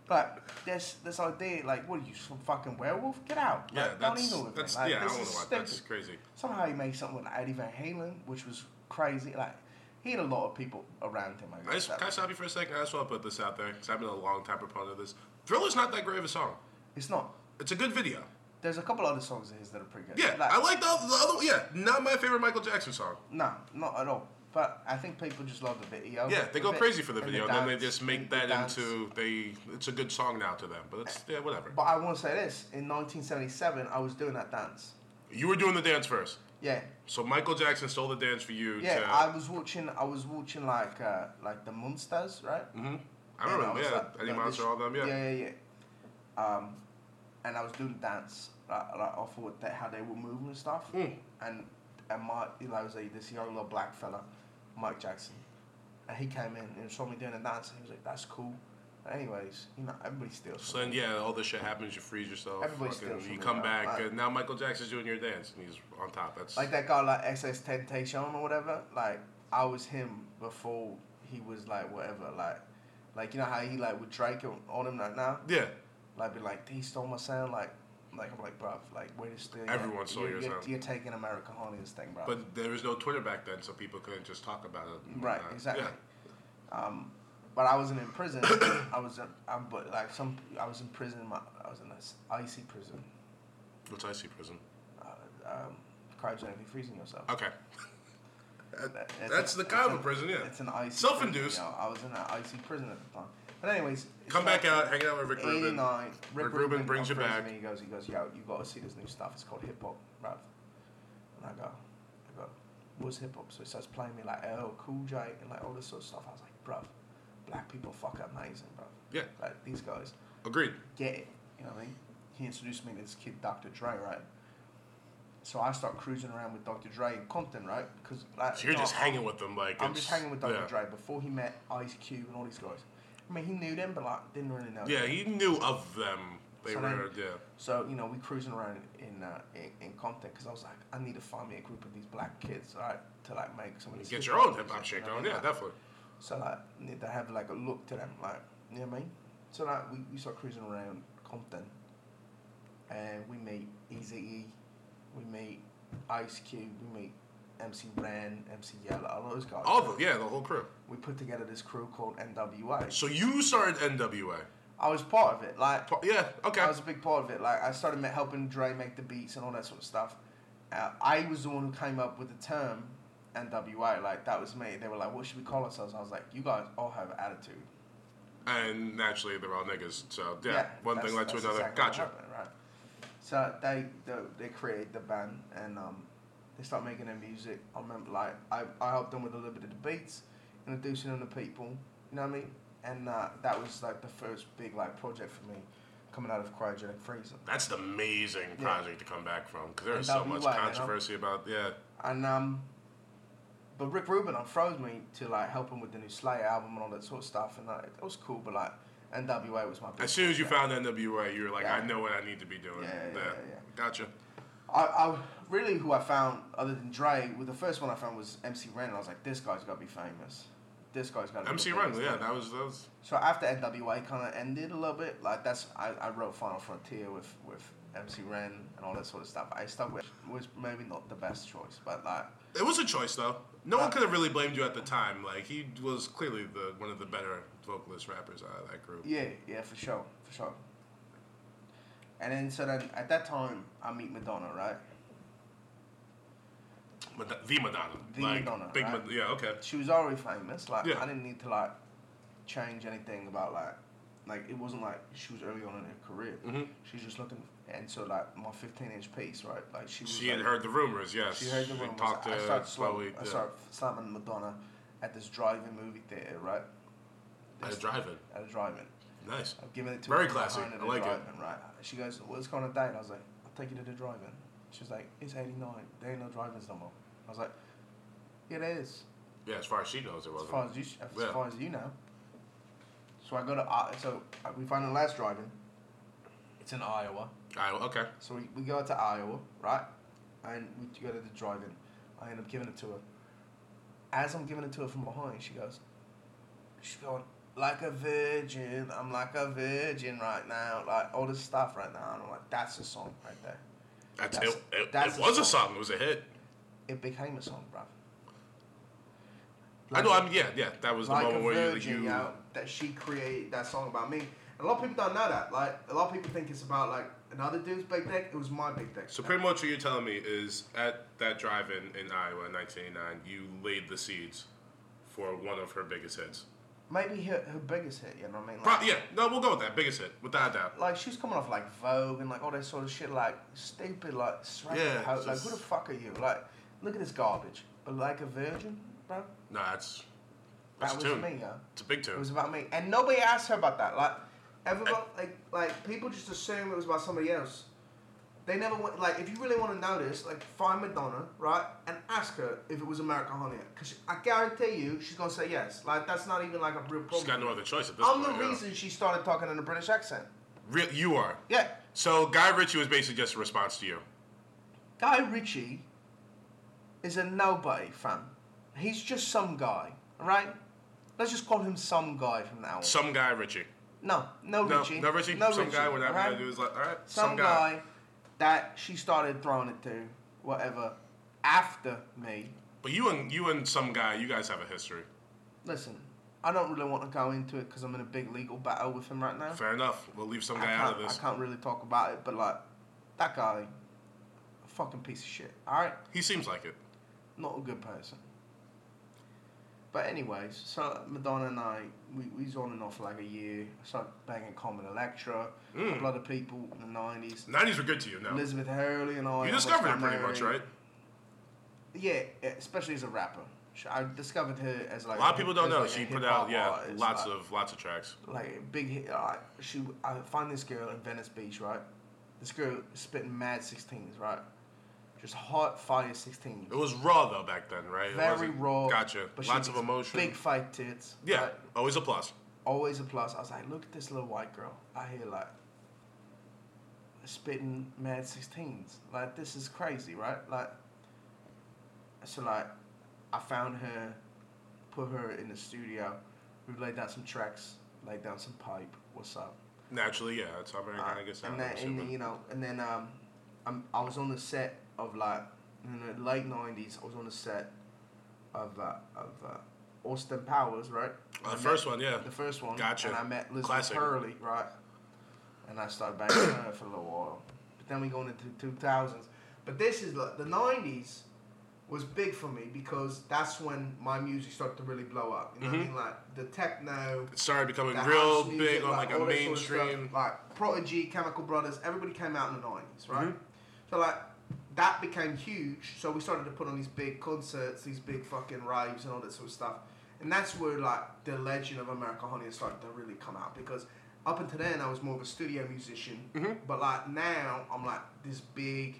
like this this idea, like, what are you, some fucking werewolf? Get out. Yeah, Like, that's, don't even with that's me. Like, yeah, I this don't know is why. stupid That's crazy. somehow he made something with Eddie Van Halen, which was crazy. Like he had a lot of people around him. I I guess just, that can I was- stop you for a second? I just want to put this out there because I've been a long time proponent of this. Thriller's not that great of a song. it's not. It's a good video. There's a couple other songs of his that are pretty good. Yeah, I like the, the other. Yeah, not my favorite Michael Jackson song. No, not at all. But I think people just love the video. Yeah, they of go it, crazy for the and video, and then they dance, just make and the that dance. into they. It's a good song now to them, but it's yeah, whatever. But I want to say this: in 1977, I was doing that dance. You were doing the dance first, Yeah, so Michael Jackson stole the dance for you. yeah. to, I was watching. I was watching like uh, like the Monsters, right? I And remember. was Yeah, like, Eddie like, Monster, this- all them. Yeah. yeah, yeah, yeah. Um, and I was doing the dance, like, like off of what they, how they were moving and stuff. Hmm. And and Mike, you know, it was like this young little black fella, Mike Jackson, and he came in and saw me doing the dance, and he was like, "That's cool." anyways, you know, everybody steals. So then, yeah, all this shit happens. You freeze yourself. Everybody fucking- steals you from come me, back, right? and now Michael Jackson's doing your dance, and he's on top. That's Like that guy, like SS Temptation or whatever. Like I was him before he was like whatever. Like, like you know how he like with Drake and on him like now. yeah. like be like he stole my sound like like I'm like bruv like where is the Everyone stole you're, your you're, sound. you're taking America Honey's thing bruv But there was no Twitter back then, so people couldn't just talk about it. and right whatnot. exactly Yeah. um but I wasn't in prison I was in, I, but like some I was in prison my, I was in this icy prison What's icy prison? uh, um crimes and anything freezing yourself Okay. That- Uh, That's the kind of an- prison, yeah. it's an icy Self-induced. prison, you know, I was in an icy prison at the time but anyways it's Come back like- out, hang out with Rick Rubin. 89. Rick Rubin brings you comes to back. Me, he goes, he goes, yo, you gotta see this new stuff. It's called hip hop, Rav. And I go, I go, what's hip hop? So he starts playing me like LL Cool J and like all this sort of stuff. I was like, bruv, black people fuck amazing, bruv. Yeah. Like these guys Agreed. get it. You know what I mean? He introduced me to this kid, Dr. Dre, right? So I start cruising around with Dr. Dre in Compton, right? Because like, So you're just no, hanging with them, like I'm it's- just hanging with Dr. yeah. Dre before he met Ice Cube and all these guys. I mean, he knew them, but like didn't really know. them. Yeah, he knew of them. They So then- were yeah. So you know, we cruising around in uh, in, in Compton because I was like, I need to find me a group of these black kids, right, to like make some of these. Get your own hip hop shit going. Yeah, definitely. definitely. So like, need to have like a look to them, like you know what I mean. So like, we, we start cruising around Compton, and we meet Easy E, we meet Ice Cube, we meet MC Ren, MC Yellow, all those guys. All of them. Yeah, the whole crew. We put together this crew called NWA. So you started NWA. I was part of it, like. Pa- Yeah. Okay. I was a big part of it. Like I started ma- helping Dre make the beats and all that sort of stuff. Uh, I was the one who came up with the term NWA. Like that was me. They were like, "What should we call ourselves?" I was like, "You guys all have attitude." And naturally, they're all niggas. So yeah, one that's- thing led to that's another. exactly what gotcha. happened, right. So they, they they created the band and um, they start making their music. I remember like I, I helped them with a little bit of the beats, introducing them to people. You know what I mean? And uh, that was like the first big like project for me, coming out of cryogenic freezing. That's the amazing Yeah. project to come back from because there's so NWA, much you know? controversy about yeah. And um, but Rick Rubin unfroze me to like help him with the new Slayer album and all that sort of stuff, and like it was cool. But like NWA was my. big As soon as you project. found NWA, you were like, Yeah. I know what I need to be doing. Yeah, yeah, yeah, yeah. Gotcha. I, I really who I found other than Dre, well, the first one I found was MC Ren, and I was like, this guy's gotta be famous. This guy's gotta. MC be the Run. biggest Yeah, thing. that was that was. So after NWA kind of ended a little bit, like that's I, I wrote Final Frontier with with MC Ren and all that sort of stuff. I stuck with was maybe not the best choice, but like It was a choice though. No one could have really blamed you at the time. Like he was clearly the one of the better vocalist rappers out of that group. Yeah, yeah, for sure, for sure. And then so then at that time I meet Madonna, right? Mad- the Madonna. The like, Madonna, Big right. Mad- yeah, okay. She was already famous. Like Yeah. I didn't need to like change anything about like like it wasn't like she was early on in her career. Mhm. She was just looking, and so like my fifteen inch piece, right? Like she was. She had like- heard the rumors, yes. She heard the And rumors. Talked to I started Chloe. slamming, Yeah. I started slamming Madonna at this drive-in movie theater, right? At a drive-in. At a drive-in. Nice. I've given it to Very her. classy. behind at I the like it. drive-in, Right. She goes, well, let's go on a date. And I was like, I'll take you to the drive-in. She was like, it's 89. There ain't no drive-ins no more. I was like, yeah, there is. Yeah, as far as she knows, it As wasn't. far as you, as Yeah. far as you know. So I go to, uh, so uh, we find the last drive-in. It's in Iowa. Iowa. Okay. So we, we go out to Iowa, right? And we go to the drive-in. I end up giving it to her. As I'm giving it to her from behind, she goes, she's going, like a virgin, I'm like a virgin right now, like all this stuff right now. And I'm like, that's a song right there. That's, That's- it. It, that's it a was a song. song. It was a hit. It became a song, bruv. I know. I mean, yeah, yeah. That was the like a moment where virgin, you, you you know, that she created that song about me. And a lot of people don't know that. Like a lot of people think it's about like another dude's big dick. It was my big dick. So pretty much what you're telling me is at that drive-in in Iowa in 1989, you laid the seeds for one of her biggest hits. maybe her, her biggest hit. You know what I mean? Like, Pro- yeah, no, we'll go with that biggest hit without a doubt. Like she was coming off like Vogue and like all that sort of shit. Like stupid, like straight Yeah, hoe, like just- who the fuck are you? Like look at this garbage. But like a virgin, bro. No, that's that's That a was tune. me, yo. It's a big It tune. was about me, and nobody asked her about that. Like everybody, like like people just assume it was about somebody else. They never went like if you really want to know this, like find Madonna, right, and ask her if it was America Honey, because I guarantee you she's gonna say yes. Like that's not even like a real She's got problem. no other choice at this I'm point. the yeah. reason she started talking in a British accent. Re- you are. Yeah, So Guy Ritchie was basically just a response to you. Guy Ritchie is a nobody, fam. He's just some guy, right? Let's just call him some guy from now on. Some Guy Ritchie. no, no, No, Ritchie. no Ritchie. some guy. When that alright? right? was like, all right, some, guy, that she started throwing it to, whatever, after me. But you and you and some guy, you guys have a history. Listen, I don't really want to go into it because I'm in a big legal battle with him right now. Fair enough. We'll leave some I guy out of can't, I this. can't really talk about it, but like, that guy, a fucking piece of shit, alright? He seems like it. Not a good person. But anyways, so Madonna and I, we, we was on and off for like a year. I started banging Carmen Electra, a Mm. couple other people in the 90s. 90s were good to you now. Elizabeth Hurley and all You that discovered got him pretty much, married. right? Yeah, especially as a rapper. Sh- I discovered her as like A lot of people don't as, know. like, a She put hip-hop out yeah, artist, lots like- of lots of tracks. like a big hit. Like, she, I find this girl in Venice Beach, right? This girl spitting mad 16s, right? Just hot fire 16s. It was raw though back then, right? It Very wasn't- raw. Gotcha. but she Lots had of these emotion. Big fight tits. yeah, right? always a plus. Always a plus. I was like, look at this little white girl. I hear like spitting mad 16s. Like this is crazy, right? Like so like I found her, put her in the studio. We laid down some tracks, laid down some pipe. What's up? Naturally, yeah, that's how American Uh, I guess. and then, and then, you know, and then um, I'm, I was on the set of like in the late '90s. I was on the set of uh, of uh, Austin Powers, right? the I met- Uh, first one, yeah. The first one. Gotcha. And I met Liz Classic. Hurley, right? And I started banging her for a little while. But then we going into 2000s. But this is like the '90s was big for me because that's when my music started to really blow up. You know Mm-hmm. what I mean? Like the techno it started becoming the real house big music, on like, a all that sort of stuff. mainstream. like Prodigy, Chemical Brothers, everybody came out in the nineties, right? Mhm. So like that became huge. So we started to put on these big concerts, these big fucking raves, and all that sort of stuff. And that's where like the legend of America Honey started to really come out because up until then I was more of a studio musician, Mm-hmm. but like now I'm like this big.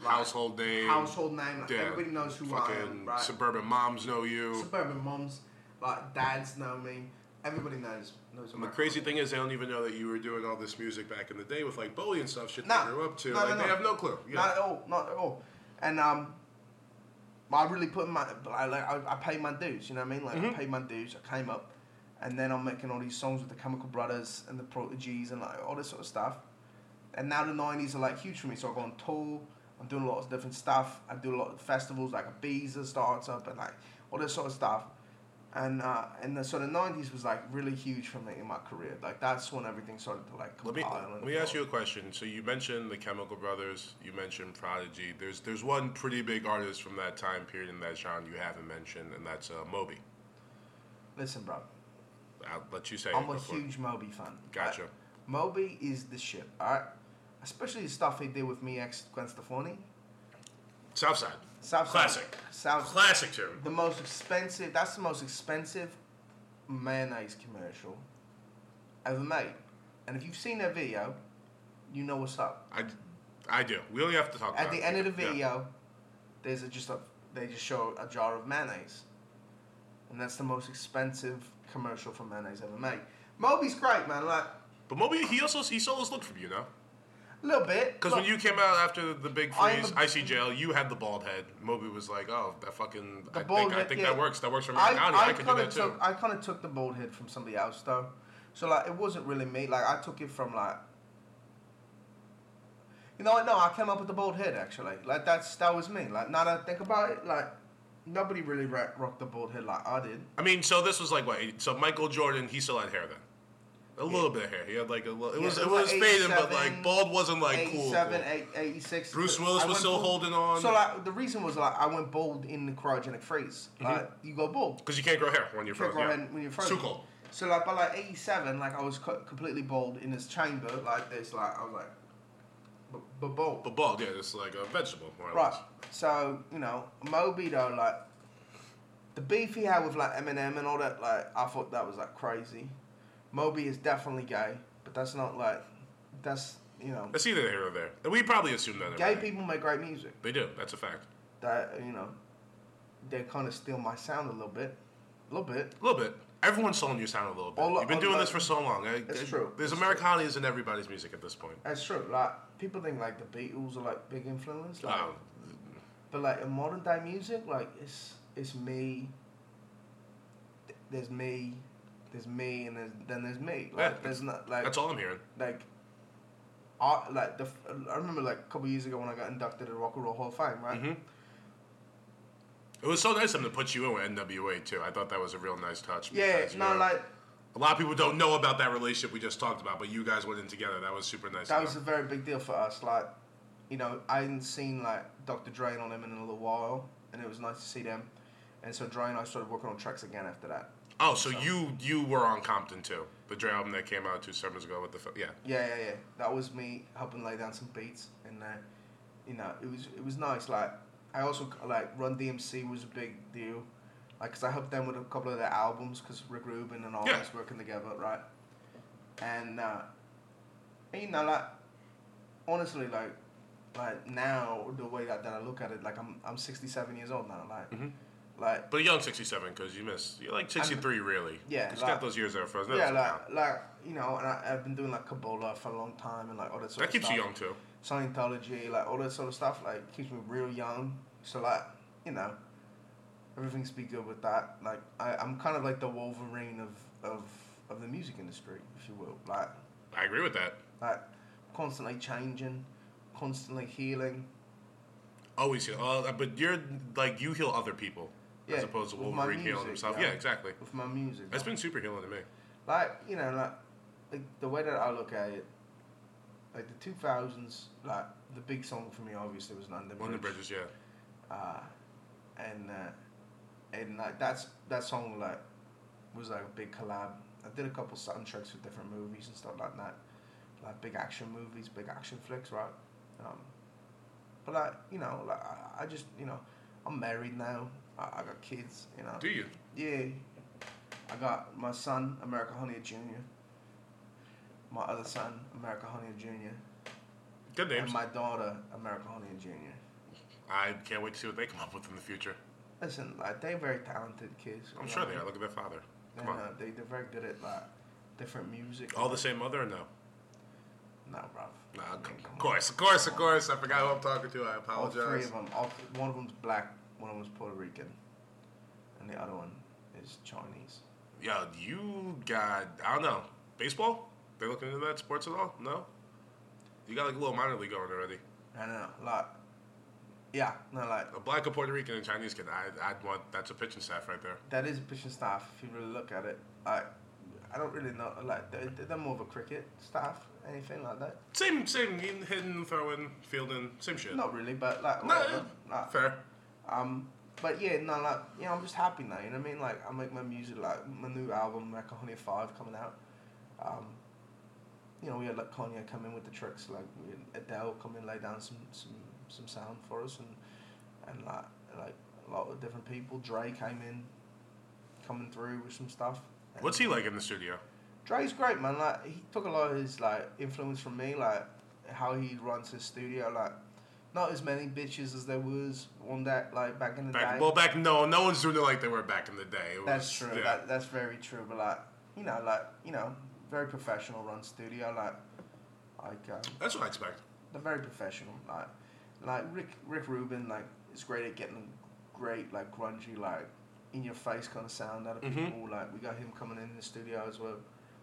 like, Household name. Household name. Like, yeah, Everybody knows who I fucking am. Right? Suburban moms know you. Suburban moms, like dads know me. Everybody knows knows. and the America crazy Honey. thing is, they don't even know that you were doing all this music back in the day with like Bowie and stuff, shit No, they grew up to. no, no, like, no. They have no clue. Yeah. Not at all. Not at all. And um, I really put my I like I, I paid my dues. You know what I mean? Like Mm-hmm. I paid my dues. I came up, and then I'm making all these songs with the Chemical Brothers and the Proteges and like all this sort of stuff. And now the '90s are like huge for me. So I go on tour. I'm doing a lot of different stuff. I do a lot of festivals like Ibiza starts up and like all this sort of stuff. And uh, and the, so the '90s was like really huge for me in my career. Like that's when everything started to like Let me compile. let and me ask evolve. you a question. So you mentioned the Chemical Brothers, you mentioned Prodigy. There's there's one pretty big artist from that time period in that genre you haven't mentioned, and that's uh, Moby. Listen, bro. I'll let you say. I'm it a before- huge Moby fan. Gotcha. Like, Moby is the shit, alright? Especially the stuff he did with me ex Gwen Stefani. Southside. South Classic. South Classic tune. The most expensive, that's the most expensive mayonnaise commercial ever made. And if you've seen that video, you know what's up. I, I do. We only have to talk At about the it. end of the Yeah. video, there's a, just a, they just show a jar of mayonnaise. And that's the most expensive commercial for mayonnaise ever made. Moby's great, man. Like, But Moby, he also he stole his look from you, know. A little bit. Because when Look, you came out after the big I'm freeze, a- I see jail. You had the bald head. Moby was like, "Oh, that fucking. I bald think, I head, think yeah. that works. That works for me. I, I, I, could do kinda that too." took, I kind of took the bald head from somebody else though, so like it wasn't really me. Like I took it from like, you know what? No, I came up with the bald head actually. Like that's that was me. Like now that I think about it, like nobody really ra- rocked the bald head like I did. I mean, so this was like what? So Michael Jordan, he still had hair then. A little bit of hair. He had like a little. It Yeah, was it it was was like fading, but 87, like bald wasn't like cool. 87, cool. eight- 86. Bruce Willis was I went still bald. holding on. So like the reason was like I went bald in the cryogenic freeze. Mm-hmm. Like you go bald. Because you can't grow hair when you're Trick frozen. or yeah. hand when you're It's frozen. Too cold. So like by like eighty seven, like I was co- completely bald in this chamber like this, like I was like, but, but bald. But bald, yeah, it's like a vegetable. More or right. less. So you know, Moby though, like the beef he had with like Eminem and all that, like I thought that was like crazy. Moby is definitely gay, but that's not like that's you know, It's either here or there. And we probably assume that. gay already. people make great music. They do. That's a fact. That you know, they kind of steal my sound a little bit, a little bit. A little bit. Everyone's stolen your sound a little bit. All- You've been all doing the- this for so long. I, It's I- true. There's It's Americanas in everybody's music at this point. That's true. Like people think like the Beatles are like big influence. Like, Um, But like in modern day music, like it's it's me. th- There's me, there's me, and there's, then there's me. Like Yeah, there's not like that's all I'm hearing. like. I, like the, f- I remember like a couple years ago when I got inducted to the Rock and Roll Hall of Fame, Mm-hmm. right? It was so nice of them to put you in with NWA too. I thought that was a real nice touch. Yeah, because, you no, know, like a lot of people don't know about that relationship we just talked about, but you guys went in together. That was super nice. that of was a them. very big deal for us. Like, you know, I hadn't seen like Dr. Dre and all them in a little while, and it was nice to see them. And so Dre and I started working on tracks again after that. oh, so, you you were on Compton too, the Dre album that came out two summers ago with the fi- yeah. Yeah, yeah, yeah. That was me helping lay down some beats, and uh, you know, it was it was nice. Like I also like Run DMC was a big deal, like 'cause I helped them with a couple of their albums because Rick Rubin and all Yeah. us working together, right? And uh, and, you know, like honestly, like like now the way that, that I look at it, like I'm I'm 67 years old now, like like Mm-hmm. But a young 67 because you missed you're like 63 really. yeah, 'Cause you like- got those years there for us. yeah, like like you know, and I, I've been doing like Kabbalah for a long time and like all that sort that of keeps you stuff. young too. Scientology, like all that sort of stuff, like keeps me real young. So like, you know, everything's be good with that. Like I, I'm kind of like the Wolverine of, of of the music industry, if you will. Like I agree with that. like constantly changing, constantly healing. Always heal. Uh, but you're like you heal other people Yeah, as opposed to with my Wolverine healing music, himself. yeah. Yeah, exactly. With my music. That's been super healing to me. like you know like, like the way that I look at it, like the two thousands, like the big song for me obviously was London London Bridges, yeah. uh, and uh, and like that's that song like was like a big collab. I did a couple soundtracks for different movies and stuff like that, like big action movies, big action flicks, right? Um, but like you know, like I, I just you know, I'm married now. I, I got kids, you know. Do you? Yeah, I got my son America Honey Jr. My other son America Honey Jr. Good and names. my daughter America Honey Jr. I can't wait to see what they come up with in the future. Listen, like they're very talented kids. you I'm know sure what they I are. mean? Look at their father. Come And, on. uh, they they're very good at like different music. All the same mother or no? No, bruv. Nah, I mean, c- of come on. course, of course, of course. I forgot who I'm talking to. I All three apologize. of them. All, th- one of them's black. One of them's Puerto Rican, and the other one is Chinese. Yo, you got, I don't know, baseball? They looking into that? Sports at all? No? You got like a little minor league going already. I don't know. Like, yeah, no, like A black, a Puerto Rican, and Chinese kid. I, I'd want, that's a pitching staff right there. that is pitching staff. If you really look at it, like, I don't really know. Like, they're, they're more of a cricket staff, anything like that. Same, same, in- hitting, throwing, fielding, same shit. Not really, but like, No, whatever. yeah, Like, fair. Um, but yeah, no, like, yeah, I'm just happy now. You know what I mean? Like, I make my music, like my new album, like Honey Five, coming out. Um, you know, we had like Kanye come in with the tricks, like we had Adele come in, lay down some some some sound for us, and and like like a lot of different people. Dre came in, coming through with some stuff. And What's he like in the studio? Dre's great, man. Like he took a lot of his like influence from me, like how he runs his studio, like. Not as many bitches as there was on that, like back in the Back, day. well, back, no, no one's doing it like they were back in the day. It was, That's true. yeah. That, that's very true. But like, you know, like you know, very professional run studio. Like, like um, That's what I expect. they're very professional. Like, like Rick Rick Rubin, like is great at getting great like grungy like in your face kind of sound out of Mm-hmm. people. Like we got him coming in the studio as well.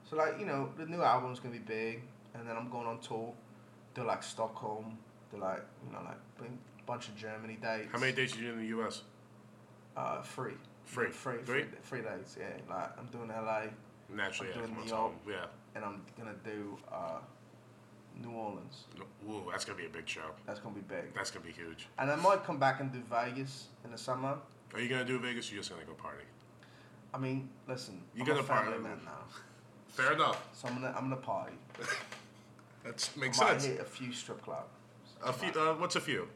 So like you know the new album's gonna be big, and then I'm going on tour. Do like Stockholm. Do like you know like a bunch of Germany dates. How many days are you do in the U.S.? Uh, free. Free. Free. Three? Three. Three days. Yeah. Like I'm doing LA. Naturally, I'm yeah. doing Once New home. York. Yeah. and I'm gonna do uh, New Orleans. Ooh, that's gonna be a big show. That's gonna be big. That's gonna be huge. And I might come back and do Vegas in the summer. Are you gonna do Vegas? or you just gonna go party? I mean, listen, You I'm got a a party. family man now, Fair enough. so I'm gonna I'm gonna party. That makes I might sense. hit a few strip clubs, A few. Uh, what's a few?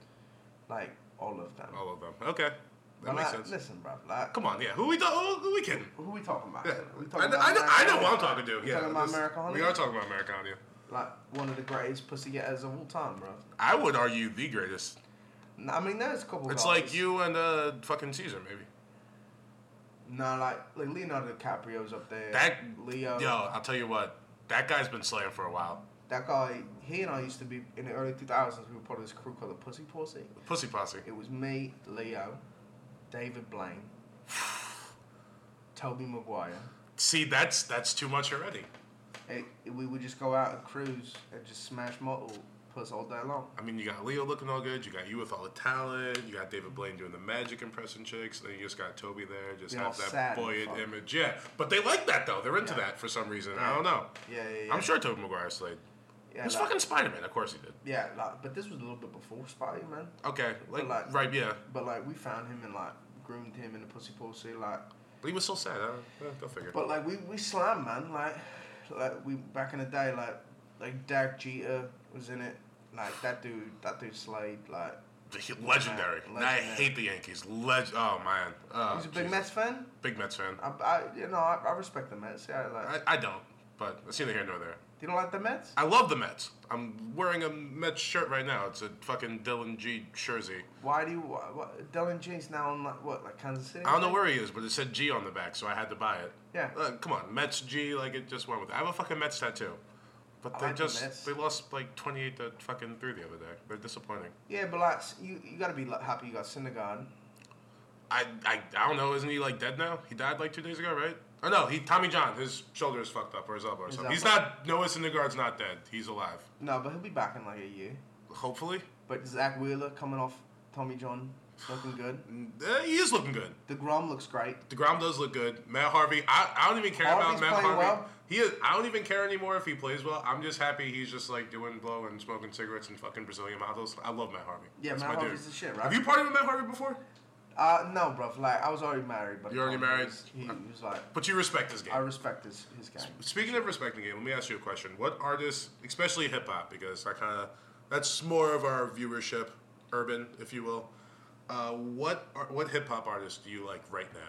like all of them. All of them. Okay. Oh, That But, makes like, sense. Listen, bro, like, Come on, yeah. Who we talk, who we kidding? who we talking about? Yeah. We I, know- I, know- I know what I'm talking to. We Yeah. talking about this- Americana? We are talking about Americana. Like one of the greatest pussy getters of all time, bro. I would argue the greatest. N- I mean, there's a couple. It's guys. like you and uh, fucking Caesar, maybe. No, like like Leonardo DiCaprio's up there. That Leo. Yo, I'll tell you what. That guy's been slaying for a while. That guy, he and I used to be in the early 2000s. We were part of this crew called the Pussy Posse. Pussy posse. It was me, Leo, David Blaine, Toby Maguire. See, that's that's too much already. It, it- we would just go out and cruise and just smash model puss all day long. I mean, you got Leo looking all good. You got you with all the talent. You got David Blaine doing the magic impression chicks. Then you just got Toby there, just They're all have that sad and buoyant fucked. image. Yeah, but they like that though. They're into Yeah. that for some reason. I Yeah. don't know. Yeah, yeah, yeah. I'm sure Toby Maguire slayed. Yeah, He's like- fucking Spider Man. Of course he did. Yeah, like, but this was a little bit before Spidey, man. Okay, like, like- right, yeah. But like, we found him and like groomed him in the Pussy Posse, like. But he was so sad. Huh? Eh, Go figure. But like, we we slammed, man. Like, like we back in the day, like like Derek Jeter was in it. Like that dude, that dude slayed. Like, legendary. Yeah, And I legendary. hate the Yankees. Leg- oh man. Oh, he's a big Jesus. Mets fan. Big Mets fan. I, I you know, I, I respect the Mets. Yeah, like, I, I don't, but it's neither here nor there. you don't like the Mets? I love the Mets. I'm wearing a Mets shirt right now. It's a fucking Dylan G jersey. Why do you? Why, what, Dylan G's now in like what, like Kansas City? I don't know where he is, but it said G on the back, so I had to buy it. Yeah. Uh, come on, Mets G, like it just went with it. I have a fucking Mets tattoo. But I they like the Mets. just they lost like twenty eight to fucking three the other day. They're disappointing. Yeah, but like you, you gotta be like, happy you got Syndergaard. I, I I don't know, isn't he like dead now? He died like two days ago, right? Oh no, he Tommy John, his shoulder is fucked up or his elbow or something. He's elbow. not Noah Syndergaard's not dead. He's alive. No, but he'll be back in like a year. Hopefully. But Zach Wheeler coming off Tommy John, looking good. Eh, he is looking good. Degrom looks great. DeGrom does look good. Matt Harvey, I, I don't even care Harvey's about Matt playing Harvey. well. He is, I don't even care anymore if he plays well. I'm just happy he's just like doing blow and smoking cigarettes and fucking Brazilian models. I love Matt Harvey. Yeah, That's Matt my Harvey's dude. the shit, Have right? you partied with Matt Harvey before? Uh, no, bro. Like I was already married, but You're already married? He, he was like, But you respect his game. I respect his his game. Speaking of respecting game, let me ask you a question. What artists, especially hip hop, because I kind of that's more of our viewership, urban, if you will. Uh, what ar- what hip hop artists do you like right now?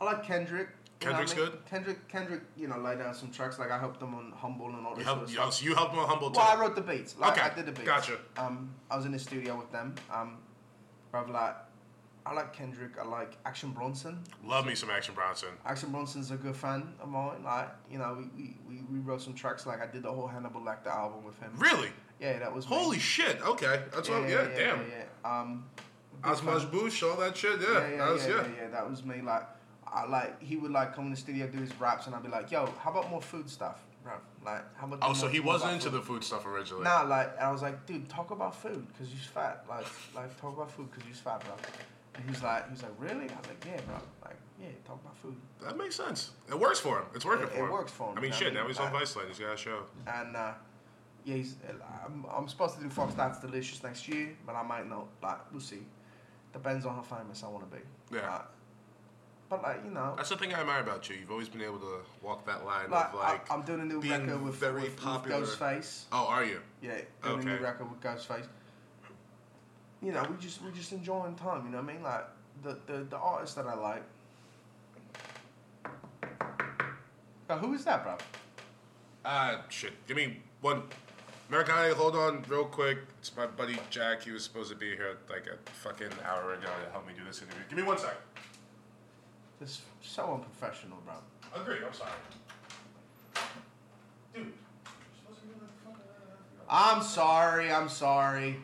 I like Kendrick. you know what Kendrick's I mean? good? Kendrick, Kendrick, you know, laid down some tracks. Like I helped them on Humble and all You this sort of helped, you, stuff. also- you helped him on humble too. Well, I wrote the beats. Like, Okay, I did the beats. gotcha. Um, I was in the studio with them. Um, bruv, like, I like Kendrick. I like Action Bronson. Love me some Action Bronson. Action Bronson's a good fan of mine. Like, you know, we, we, we, we wrote some tracks. Like, I did the whole Hannibal Lecter album with him. Really? Yeah, that was me. Holy shit! Okay, that's what. Yeah, damn. Yeah, yeah. Um, big fan. Asmaj Bush, all that shit. Yeah, yeah, yeah, that was yeah, yeah. yeah, yeah, That was me. Like, I like he would like come in the studio do his raps, and I'd be like, "Yo, how about more food stuff, bro? Like, how about?" Oh, more- so he more wasn't about into food?" the food stuff originally. Nah, like and I was like, dude, talk about food because you're fat. Like, like talk about food because you're fat, bro. And he's like, he's like, really? I was like, yeah, bro. Like, yeah, talk about food. That makes sense. It works for him. It's working It- for him. it works for him, I mean, you know shit. what I Now mean? he's on Uh, Vice Land. He's got a show. And uh, yeah, he's. I'm, I'm supposed to do Fox That's Delicious next year, but I might not. Like, we'll see. Depends on how famous I want to be. Yeah. Like, but like you know, That's the thing I admire about you. You've always been able to walk that line like, of like. I, am doing a new being record with very with, popular. with Ghostface. oh, are you? Yeah, doing a Okay. new record with Ghostface. You know, we just we just enjoying time. You know what I mean? Like the the, the artists that I like. Now, who is that, bro? Uh, shit. Give me one. Americana, hold on real quick. It's my buddy Jack. He was supposed to be here like a fucking hour ago to help me do this interview. Give me one sec. This so unprofessional, bro. Agreed. I'm sorry. Dude. you're supposed to be on the fucking- I'm sorry, I'm sorry.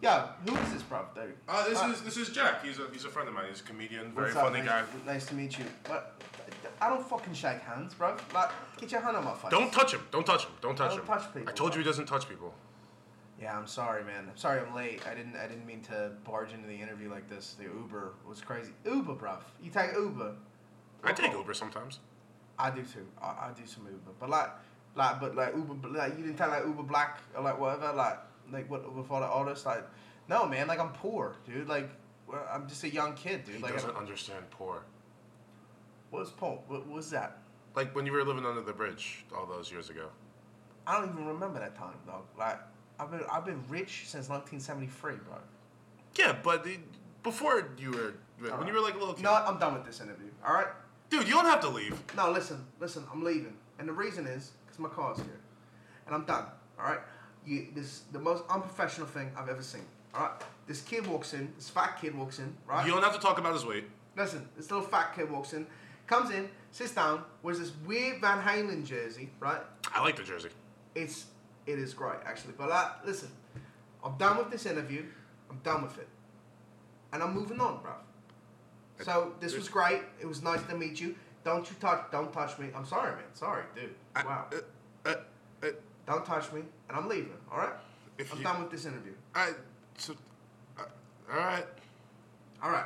Yo, who is this bro? Dude? Uh, this is this is Jack. He's a he's a friend of mine. He's a comedian, very What's up? funny nice, guy. Nice to meet you. But I don't fucking shake hands, bro. Like, get your hand on my face. Don't touch him. Don't touch him. Don't touch Don't him. touch people. I told you he doesn't touch people. Yeah, I'm sorry, man. I'm sorry I'm late. I didn't I didn't mean to barge into the interview like this. The Uber was crazy. Uber, bruv. You take Uber. I take Uber sometimes. I do too. I, I do some Uber, but like, like, but like Uber, but like you didn't tell like Uber Black or like whatever, like, like what with all the artists, like, no man, like I'm poor, dude. Like, well, I'm just a young kid, dude. He Like, doesn't understand poor. what's Paul? What was that? Like when you were living under the bridge all those years ago. I don't even remember that time, dog. Like, I've been I've been rich since 1973, bro. Yeah, but it, before you were when you were like a little kid. No, I'm done with this interview. All right. Dude, you don't have to leave. No, listen, listen. I'm leaving, and the reason is because my car's here, and I'm done. All right. You, this the most unprofessional thing I've ever seen. All right. This kid walks in. This fat kid walks in. Right. You don't have to talk about his weight. listen. This little fat kid walks in, comes in, sits down, wears this weird Van Halen jersey. Right. I like the jersey. It's it is great actually. But like, listen, I'm done with this interview. I'm done with it, and I'm moving on, bruv. So this was great. It was nice to meet you. Don't you touch? Don't touch me. I'm sorry, man. Sorry, dude. Wow. Uh, uh, Don't touch me, and I'm leaving. All right. If I'm you- done with this interview. I. So, uh, all right. All right.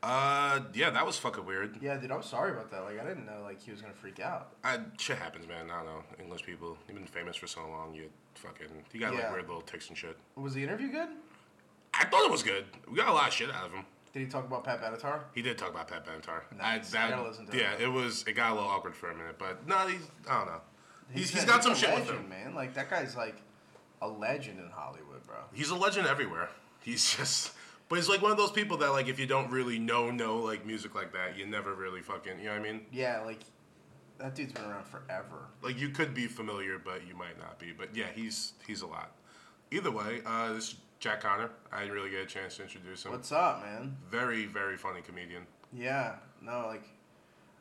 Uh, yeah, that was fucking weird. Yeah, dude. I'm sorry about that. Like, I didn't know like he was gonna freak out. I, shit happens, man. I don't know. English people, you've been famous for so long. You fucking, you got Yeah. like weird little ticks and shit. Was the interview good? I thought it was good. We got a lot of shit out of him. Did he talk about Pat Benatar? He did talk about Pat Benatar. Nice. I, I gotta listen to yeah, that. it was. It got a little awkward for a minute, but no, he's. I don't know. He's, he's a- got some a shit with legend, him. man. Like that guy's like a legend in Hollywood, bro. He's a legend everywhere. He's just. But he's like one of those people that like if you don't really know know like music like that, you never really fucking. You know what I mean? Yeah, like that dude's been around forever. like you could be familiar, but you might not be. But yeah, he's he's a lot. Either way, uh, this is Jack Connor. I didn't really get a chance to introduce him. What's up, man? very very funny comedian. Yeah, no, like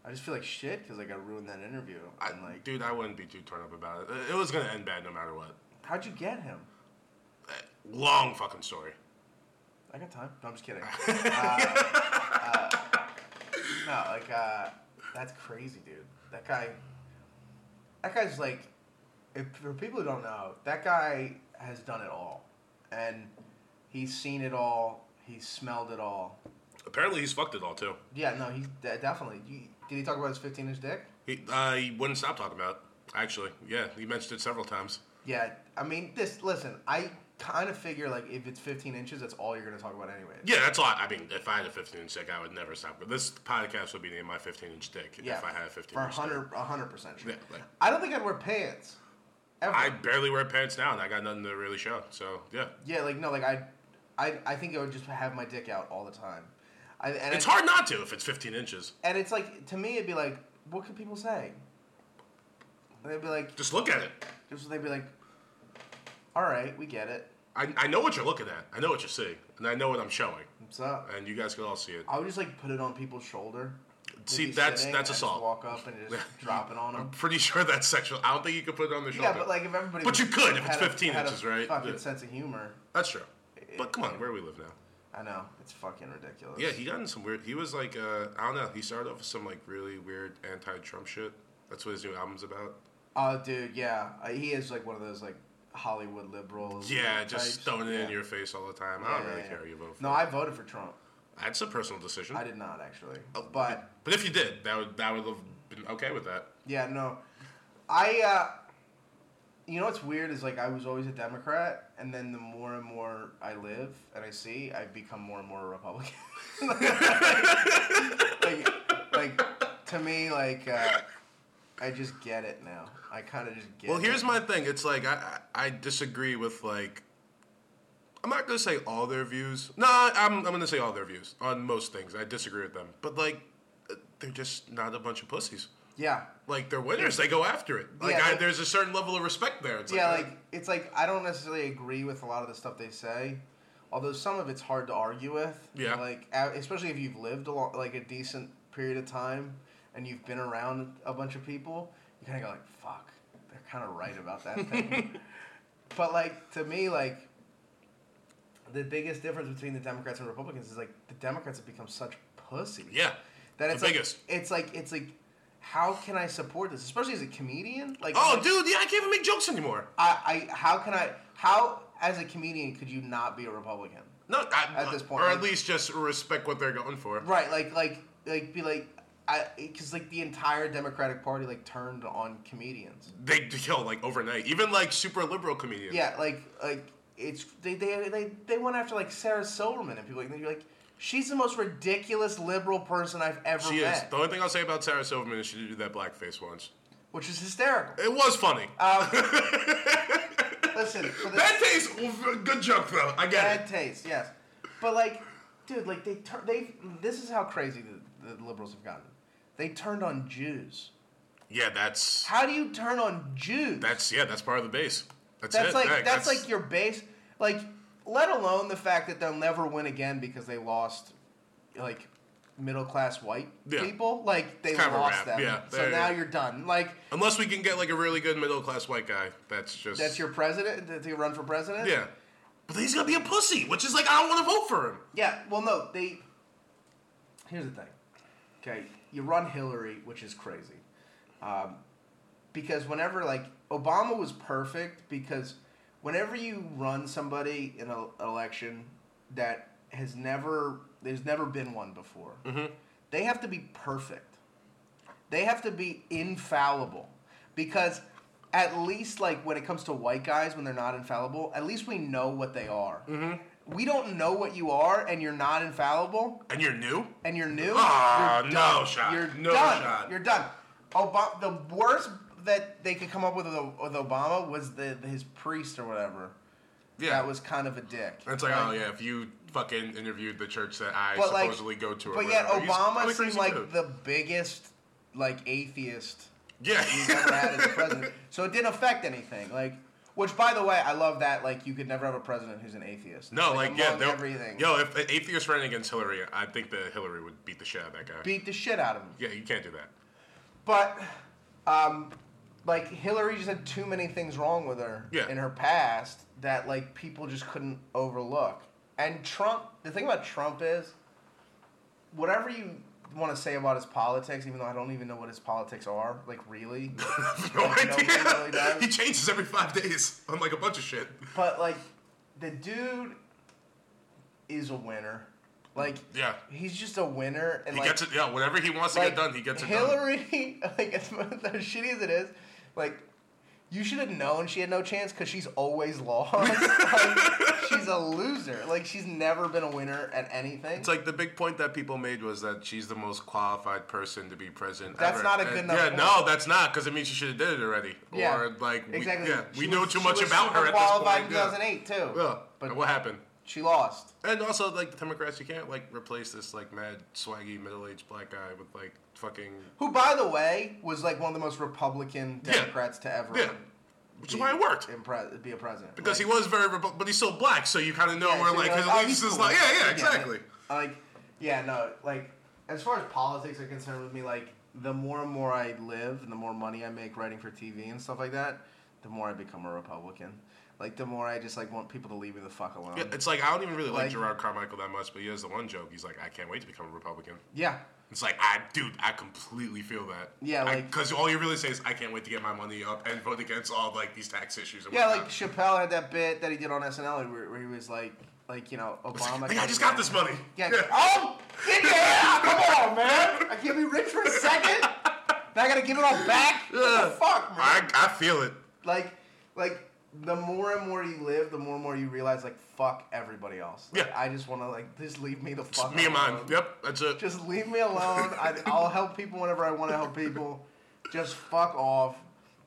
I just feel like shit because like I ruined that interview. I, and like, dude, I wouldn't be too turned up about it. Uh, It was gonna end bad no matter what. how'd you get him? Long fucking story. I got time. No, I'm just kidding. uh, uh, no, like uh, that's crazy, dude. That guy, that guy's like, if, for people who don't know, that guy has done it all, and he's seen it all. He's smelled it all. Apparently, he's fucked it all too. Yeah, no, he de- definitely. You, did he talk about his 15 inch dick? He uh, he wouldn't stop talking about. it, Actually, yeah, he mentioned it several times. Yeah, I mean, this. Listen, I kind of figure like if it's 15 inches, that's all you're gonna talk about anyway. Yeah, that's a lot. I mean, if I had a 15 inch dick, I would never stop. This podcast would be named my 15 inch dick if I had a 15 for inch dick. 100 100 percent sure. Yeah, like- I don't think I'd wear pants. Ever. I barely wear pants now, and I got nothing to really show. So yeah, yeah, like no, like I, I, I think I would just have my dick out all the time. I, and It's I- hard not to if it's 15 inches. and it's like to me, it'd be like, what could people say? And they'd be like, Just look at it. just they'd be like, all right, we get it. I, I know what you're looking at. I know what you're seeing, and I know what I'm showing, What's up? and you guys can all see it. I would just like put it on people's shoulder. They'd See, be that's- sitting, that's and I just assault. Walk up and just drop it on them. I'm pretty sure that's sexual. I don't think you could put it on the shoulder. Yeah, but like if everybody. But was- you could if it's had a- 15 had a inches, right? Fucking Yeah. sense of humor. that's true. But come on, where we live now. I know it's fucking ridiculous. Yeah, he got in some weird. He was like, uh, I don't know. He started off with some like really weird anti-Trump shit. That's what his new album's about. Oh, dude, yeah, Uh, he is like one of those like Hollywood liberals. Yeah, like, just types. throwing it Yeah. in your face all the time. I don't Yeah, really yeah, care who yeah. you vote for. No, I voted for Trump. that's a personal decision. I did not actually, but But if Oh, you did, that would that would have been okay with that. yeah, no, I. uh You know what's weird is like I was always a Democrat, and then the more and more I live and I see, I become more and more a Republican. like, like to me, like uh, I just get it now. I kind of just get. Well, it. here's my thing. It's like I I I disagree with like. I'm not gonna say all their views. No, I'm I'm gonna say all their views on most things. I disagree with them, but like, uh, they're just not a bunch of pussies. yeah. Like they're winners. They go after it. Like Yeah, I, like- there's a certain level of respect there. It's yeah, like it's like I don't necessarily agree with a lot of the stuff they say, although some of it's hard to argue with. Yeah. Like a- especially if you've lived a long, like a decent period of time, and you've been around a bunch of people, you kind of go like, "Fuck, they're kind of right about that thing." but like to me, like the biggest difference between the Democrats and Republicans is like the Democrats have become such pussies. Yeah. That The it's like, biggest. It's like it's like, how can I support this, especially as a comedian? Like, Oh, like, dude, yeah, I can't even make jokes anymore. I, I how can I how as a comedian could you not be a Republican? No, I, At this point, or like- at least just respect what they're going for. Right, like like like be like I because like the entire Democratic Party like turned on comedians. They kill like overnight. Even like super liberal comedians. Yeah, like like it's they they they, they went after like Sarah Silverman and people like they're like she's the most ridiculous liberal person I've ever She is. met, The only thing I'll say about Sarah Silverman is she did that blackface once. which is hysterical. It was funny. Uh, Listen, for the Bad taste. w- Good joke though. I get bad it. taste, yes, but like, dude, like they tur- they this is how crazy the, the liberals have gotten. They turned on Jews. Yeah, that's How do you turn on Jews? that's yeah, that's part of the base. That's, That's it. like That- that's, like your base. Like, let alone the fact that they'll never win again because they lost, like, middle class white Yeah. people. Like they It's kind of a lost wrap, them. yeah. so They're- now you're done. Like unless we can get like a really good middle class white guy. That's just that's your president to- to run for president. yeah. But he's gonna be a pussy, which is like I don't want to vote for him. Yeah. Well, no. They. Here's the thing. Okay, you run Hillary, which is crazy, um, because whenever like Obama was perfect because whenever you run somebody in a- an election that has never there's never been one before, they have to be perfect. They have to be infallible because at least like when it comes to white guys when they're not infallible, at least we know what they are. Mm-hmm. We don't know what you are and you're not infallible And you're new. and you're new. Ah, you're no done. shot. You're No done. shot. You're done. Obama, the worst that they could come up with with with Obama was the his priest or whatever. Yeah. That was kind of a dick. It's like, oh yeah, if you fucking interviewed the church that I But like, supposedly go to, or but yet whatever, he's Obama probably seemed crazy like too. the biggest like atheist he's yeah, ever had as a president. So it didn't affect anything. Like, which by the way, I love that. Like, you could never have a president who's an atheist. no, like, yeah, among they'll- everything. Yo, if the atheists ran against Hillary, I think that Hillary would beat the shit out of that guy. beat the shit out of him. yeah, you can't do that. But, um, like Hillary just had too many things wrong with her Yeah. in her past that like people just couldn't overlook. And Trump, the thing about Trump is, whatever you want to say about his politics, even though I don't even know what his politics are, like really, No Like, nobody idea. really does. he changes every five days on like a bunch of shit. but like the dude is a winner. Like Yeah. he's just a winner, and He like gets it. Yeah, whatever he wants to like, get done, he gets it done. Hillary, like as, much- as shitty as it is, like you should have known she had no chance because she's always lost. Like, she's a loser. Like she's never been a winner at anything. It's like the big point that people made was that she's the most qualified person to be president. That's ever. not a And- good enough Yeah, point. no, that's not because it means she should have did it already. Or like, we, yeah, She we was- know too she much was about super her at this Qualified point. in yeah. 2008 too. Yeah, but but what happened? she lost. And also, like the Democrats, you can't like replace this like mad swaggy middle-aged black guy with like fucking. Who, by the way, was like one of the most Republican Yeah. Democrats to ever. Yeah. Which is why it worked. impre- be a president Because Like- he was very, Repu- but he's still black, so you kind of know Yeah, where so like you're his like, oh, allegiance he's is cool. like. Yeah, I yeah, get it. exactly. Like, yeah, no, like as far as politics are concerned with me, like the more and more I live and the more money I make writing for TV and stuff like that, the more I become a Republican. Like the more I just like want people to leave me the fuck alone. Yeah, it's like I don't even really like, Like- Gerard Carmichael that much, but he has the one joke. He's like, I can't wait to become a Republican. yeah. It's like I, dude, I completely feel that. Yeah, like- because all you really say is I can't wait to get my money up and vote against all like these tax issues. And Yeah, whatnot. like Chappelle had that bit that he did on SNL where, where he was like, like you know, It's like, Obama. like, I came just got down- this money. Yeah. Oh, get yeah, come on, man! I can't be rich for a second. Now I gotta give it all back. What the fuck, man? I, I feel it. like like the more and more you live, the more and more you realize like fuck everybody else. Like, Yeah. I just want to like just leave me the fuck. It's me and mine. alone. Yep, that's it. Just leave me alone. I, I'll help people whenever I want to help people. Just fuck off.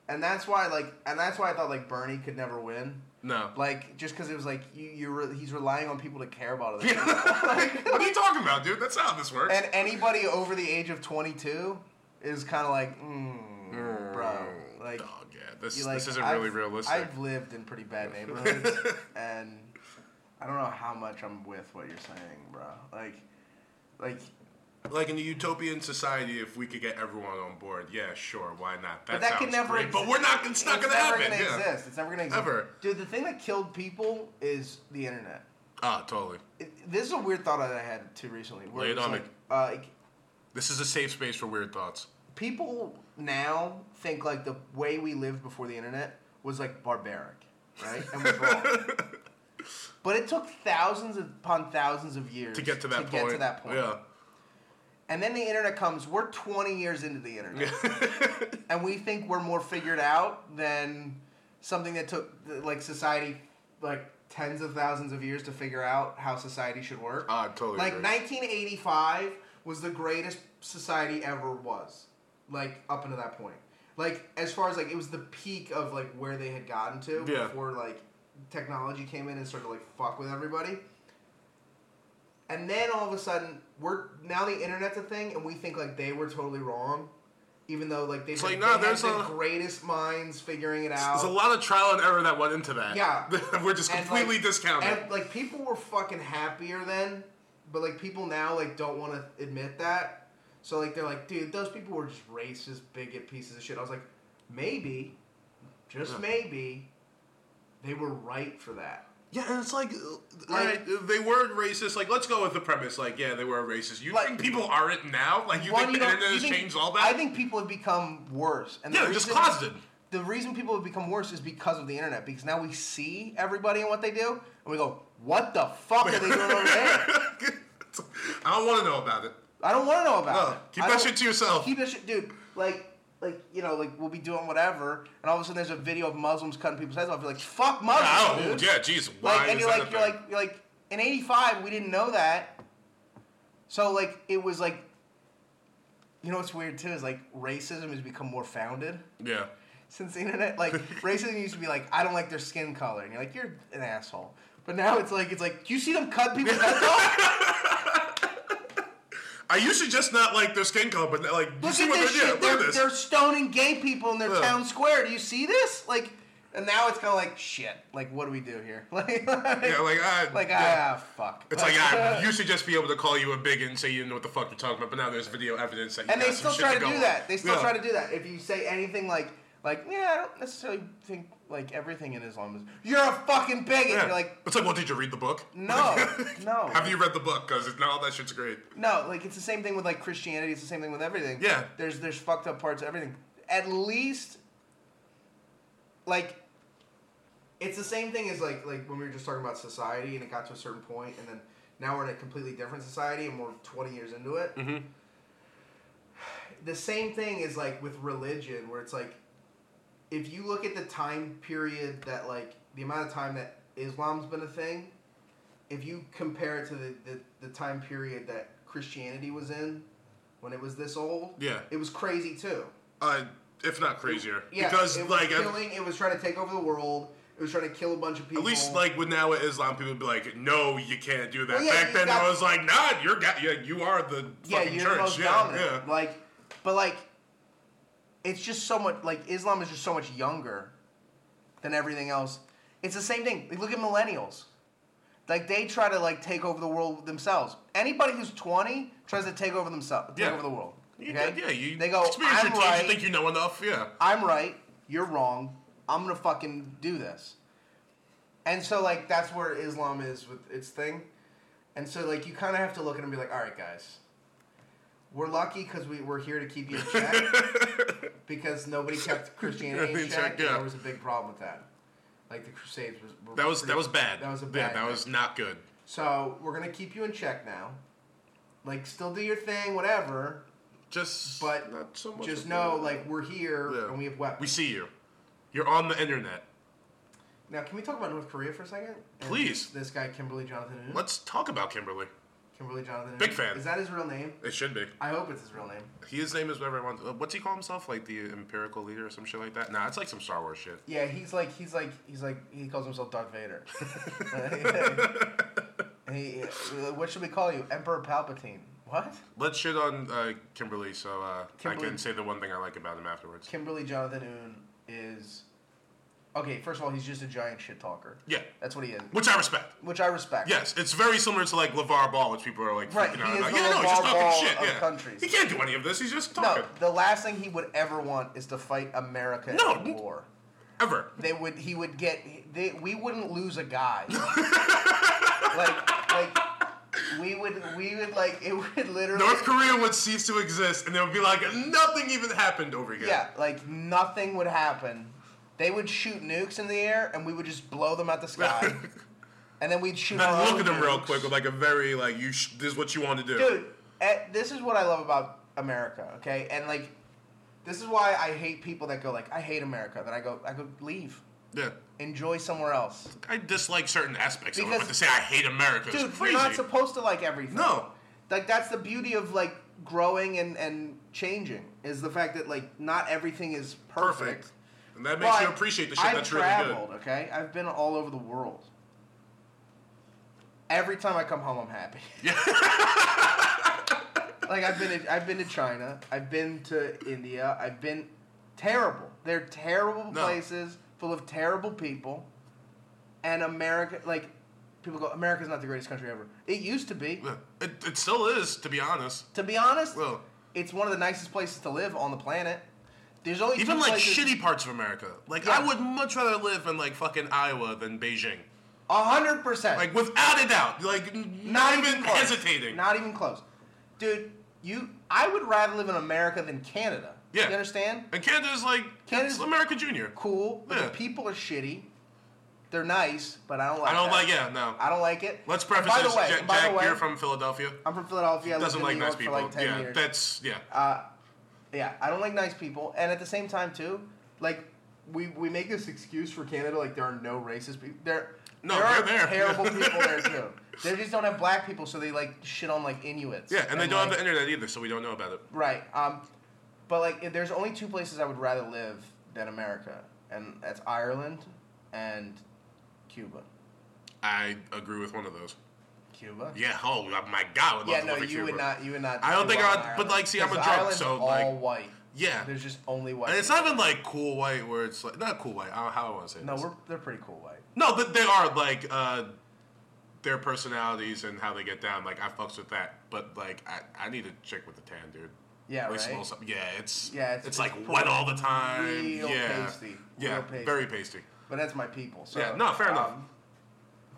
And that's why like and that's why I thought like Bernie could never win. no. Like just because it was like you you re- he's relying on people to care about other people. what are you talking about, dude? That's not how this works. And anybody over the age of twenty two is kind of like mm, bro like. oh yeah, this You, like, this isn't I've- really realistic. I've lived in pretty bad neighborhoods, and I don't know how much I'm with what you're saying, bro. Like, like like in a utopian society, if we could get everyone on board, yeah, sure, why not? That, But that sounds can never great, exist. but we're not. It's not gonna never happen. gonna yeah. exist. It's never gonna exist. Ever. Dude, the thing that killed people is the internet. Ah, totally. It, this is a weird thought that I had too recently. Where Lay it it's on me. like, uh, like, This is a safe space for weird thoughts. people now think like the way we lived before the internet was like barbaric, right? And was wrong. But it took thousands upon thousands of years To get to that to point. Get to that point. Yeah. And then the internet comes. We're 20 years into the internet, and we think we're more figured out than something that took like society like tens of thousands of years to figure out how society should work. Ah, I totally Like agree. 1985 was the greatest society ever was, like up until that point. Like as far as like it was the peak of like where they had gotten to Yeah. before like technology came in and started to, like fuck with everybody. And then all of a sudden, we're now the internet's a thing, and we think like they were totally wrong, even though like they've It's been- like, they nah, have there's the a- greatest minds figuring it out. There's a lot of trial and error that went into that. Yeah. we're just And, completely like- discounted. And like people were fucking happier then, but like people now like don't want to admit that. So like they're like, dude, those people were just racist, bigot pieces of shit. I was like, maybe, just maybe, they were right for that. yeah, and it's like, uh, all Like- right, they were racist. Like, let's go with the premise. Like, yeah, they were racist. You Like- think people aren't now? Like, you One, think the don't- internet you has think- changed all that? I think people have become worse. And yeah, the they're just reason- closeted. the reason people have become worse is because of the internet. Because now we see everybody and what they do, and we go, "What the fuck are they doing over there?" I don't want to know about it. I don't want to know about No, it. keep I that don't- shit to yourself. Keep that shit, dude. Like, like you know, like we'll be doing whatever, and all of a sudden there's a video of Muslims cutting people's heads off. You're like, "Fuck Muslims, Oh, dude." yeah, jeez. Why Like, and is you're that like, a you're thing? like, you're like, in '85 we didn't know that. So like, it was like, you know what's weird too is like racism has become more founded. yeah. since the internet. Like racism used to be like, I don't like their skin color, and you're like, you're an asshole. But now it's like, it's like, do you see them cut people's heads off? I used to just not like their skin color, but like, you Look see at what this they're shit. doing. Look They're, at this. they're stoning gay people in their Yeah. town square. Do you see this? Like, and now it's kind of like, shit. Like, what do we do here? Like, like, yeah, like, I, yeah. ah, fuck. It's like I used to just be able to call you a bigot and say you didn't know what the fuck you're talking about, but now there's video evidence that you and got they some still shit try to go do on. that. They still Yeah. try to do that. If you say anything like, like, yeah, I don't necessarily think like everything in Islam is. You're a fucking bigot. Yeah. You're like, it's like, well, did you read the book? no, no. Have you read the book? Because now all that shit's great. No, like it's the same thing with like Christianity. It's the same thing with everything. Yeah. There's there's fucked up parts of everything. At least, like, it's the same thing as like like when we were just talking about society and it got to a certain point and then now we're in a completely different society and we're 20 years into it. Mm-hmm. The same thing is like with religion where it's like, if you look at the time period that like the amount of time that Islam's been a thing if you compare it to the, the, the time period that Christianity was in, when it was this old, Yeah. it was crazy too. Uh, if not crazier, Yeah, because it was like at- killing, it was trying to take over the world. It was trying to kill a bunch of people. at least like with now with Islam, people would be like, no, you can't do that. Well, yeah, Back you then, got- I was like, nah, you're ga- yeah, you are the yeah, fucking you're church. the most yeah, dominant. yeah. Like, but like, it's just so much. Like Islam is just so much younger than everything else. It's the same thing. Like, look at millennials. Like they try to like take over the world themselves. Anybody who's twenty tries to take over themselves, take Yeah. over the world. You okay? did- yeah, you they go. experience I'm your teeth, right. you think you know enough, yeah. I'm right, you're wrong, I'm gonna fucking do this. And so like that's where Islam is with its thing. And so like you kind of have to look at it and be like, all right, guys, we're lucky because we we're here to keep you in check because nobody kept Christianity in, In check. check, and yeah. There was a big problem with that. Like the Crusades was. were That was pretty- that was bad. That was a yeah, bad. that was not good. So we're gonna keep you in check now. Like, still do your thing, whatever. Just But not so much just of know, that. like, we're here Yeah. and we have weapons. we see you. You're on the internet. Now, can we talk about North Korea for a second? And Please. This guy, Kimberly Jonathan Noon. Let's talk about Kimberly. Kimberly Jonathan Noon. Big fan. Is that his real name? It should be. I hope it's his real name. His name is whatever I want. uh, What's he call himself? Like the empirical leader or some shit like that? Nah, it's like some Star Wars shit. Yeah, he's like he's like he's like he calls himself Darth Vader. he, uh, what should we call you, Emperor Palpatine? What? Let's shit on uh, Kimberly so uh, I Kimberly- can say the one thing I like about him afterwards. Kimberly Jonathan Noon is Okay, first of all, he's just a giant shit talker. Yeah. That's what he is. Which I respect. Which I respect. Yes, it's very similar to like LeVar Ball, which people are like Right, freaking he out is about. the Yeah, no, he's just LeVar Ball talking shit. of yeah. countries. He can't do any of this. He's just No, talking. the last thing he would ever want is to fight America No. in war. Ever. They would. He would get. They, we wouldn't lose a guy. like, like we would. We would like. It would literally. North Korea would cease to exist, and there would be like nothing even happened over here. Yeah, like nothing would happen. They would shoot nukes in the air, and we would just blow them out the sky. and then we'd shoot. Then our look own at them real nukes. quick with like a very like you. Sh- this is what you want to do. dude. eh, this is what I love about America. Okay, and like, this is why I hate people that go like, I hate America. Then I go, I go leave, Yeah. enjoy somewhere else. I dislike certain aspects of it, Because- but to say I hate America Dude, is crazy. you're not supposed to like everything. No. Like that's the beauty of like growing and and changing is the fact that like not everything is perfect. Perfect. and that makes you But appreciate the shit I've that's traveled, really good. Okay, I've been all over the world. Every time I come home, I'm happy. like I've been, to, I've been to China. I've been to India. I've been terrible. They're terrible No. places full of terrible people. And America, like people go, America's not the greatest country ever. It used to be. Yeah. It, it still is, to be honest. To be honest, Well. it's one of the nicest places to live on the planet. There's only Even two like places- shitty parts of America. Like Yeah. I would much rather live in like fucking Iowa than Beijing. A hundred percent. Like without a doubt. Like n- not, even close. hesitating. Not even close. Dude, you I would rather live in America than Canada. yeah. You understand? And Canada's like Canada's- Canada's America Junior. Cool. But Yeah. the people are shitty. They're nice, but I don't like I don't that. like yeah, no. I don't like it. Let's And preface by this. the way, Jack, by Jack the way, you're from Philadelphia. I'm from Philadelphia. I lived Doesn't in like New nice York people. for like 10 yeah. years. That's yeah. Uh, yeah, I don't like nice people, and at the same time too, like we we make this excuse for Canada, like there are no racist people. There, No, there are they're there. terrible people there too. They just don't have black people, so they like shit on like Inuits. yeah, and, they don't like- have the internet either, so we don't know about it. Right. Um, but like, if there's only two places I would rather live than America, and that's Ireland and Cuba. I agree with one of those. Cuba. Yeah, oh my god, I would love Yeah, to no, live you in Cuba. would not. You would not. I don't do think well I in would- but, Ireland. like, see, I'm a 'Cause drunk, Ireland's so, all like- white. Yeah. There's just only white. And it's not people. even like cool white where it's like not cool white. I don't, how do I want to say No, this? we're they're pretty cool white. No, but they are like uh, their personalities and how they get down. Like I fucks with that, but like I, I need a chick with a tan, dude. Yeah, Like, right? small something. Yeah, it's Yeah, it's- it's, like it's wet all the time. real yeah, pasty. yeah, Real pasty. very pasty. But that's my people. So um, Yeah, no, fair enough.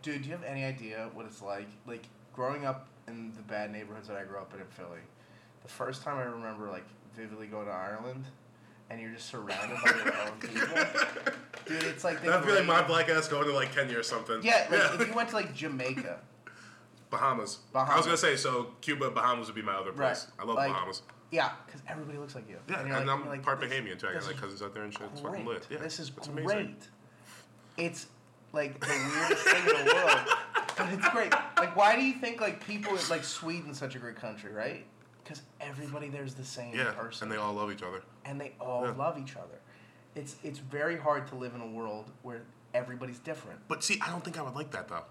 Dude, do you have any idea what it's like? Like growing up in the bad neighborhoods that I grew up in in Philly, the first time I remember like vividly going to Ireland, and you're just surrounded by your own people. Dude, it's like they That'd be like grade- my black ass going to like Kenya or something. Yeah, like if you went to like Jamaica, Bahamas. I Bahamas. was gonna say so. Cuba, Bahamas would be my other right? place. I love like, Bahamas. Yeah, because everybody looks like you. Yeah, and, you're like- I'm you're like, part this- Bahamian too. I this got like is cousins out there and shit. It's fucking great. lit. Yeah, This is it's great. amazing. It's like the weirdest thing in the world, but it's great. Like, why do you think like people like Sweden's such a great country, right? Because everybody there's the same Yeah, person, and they all love each other. and they all Yeah. love each other. It's it's very hard to live in a world where everybody's different. But see, I don't think I would like that though.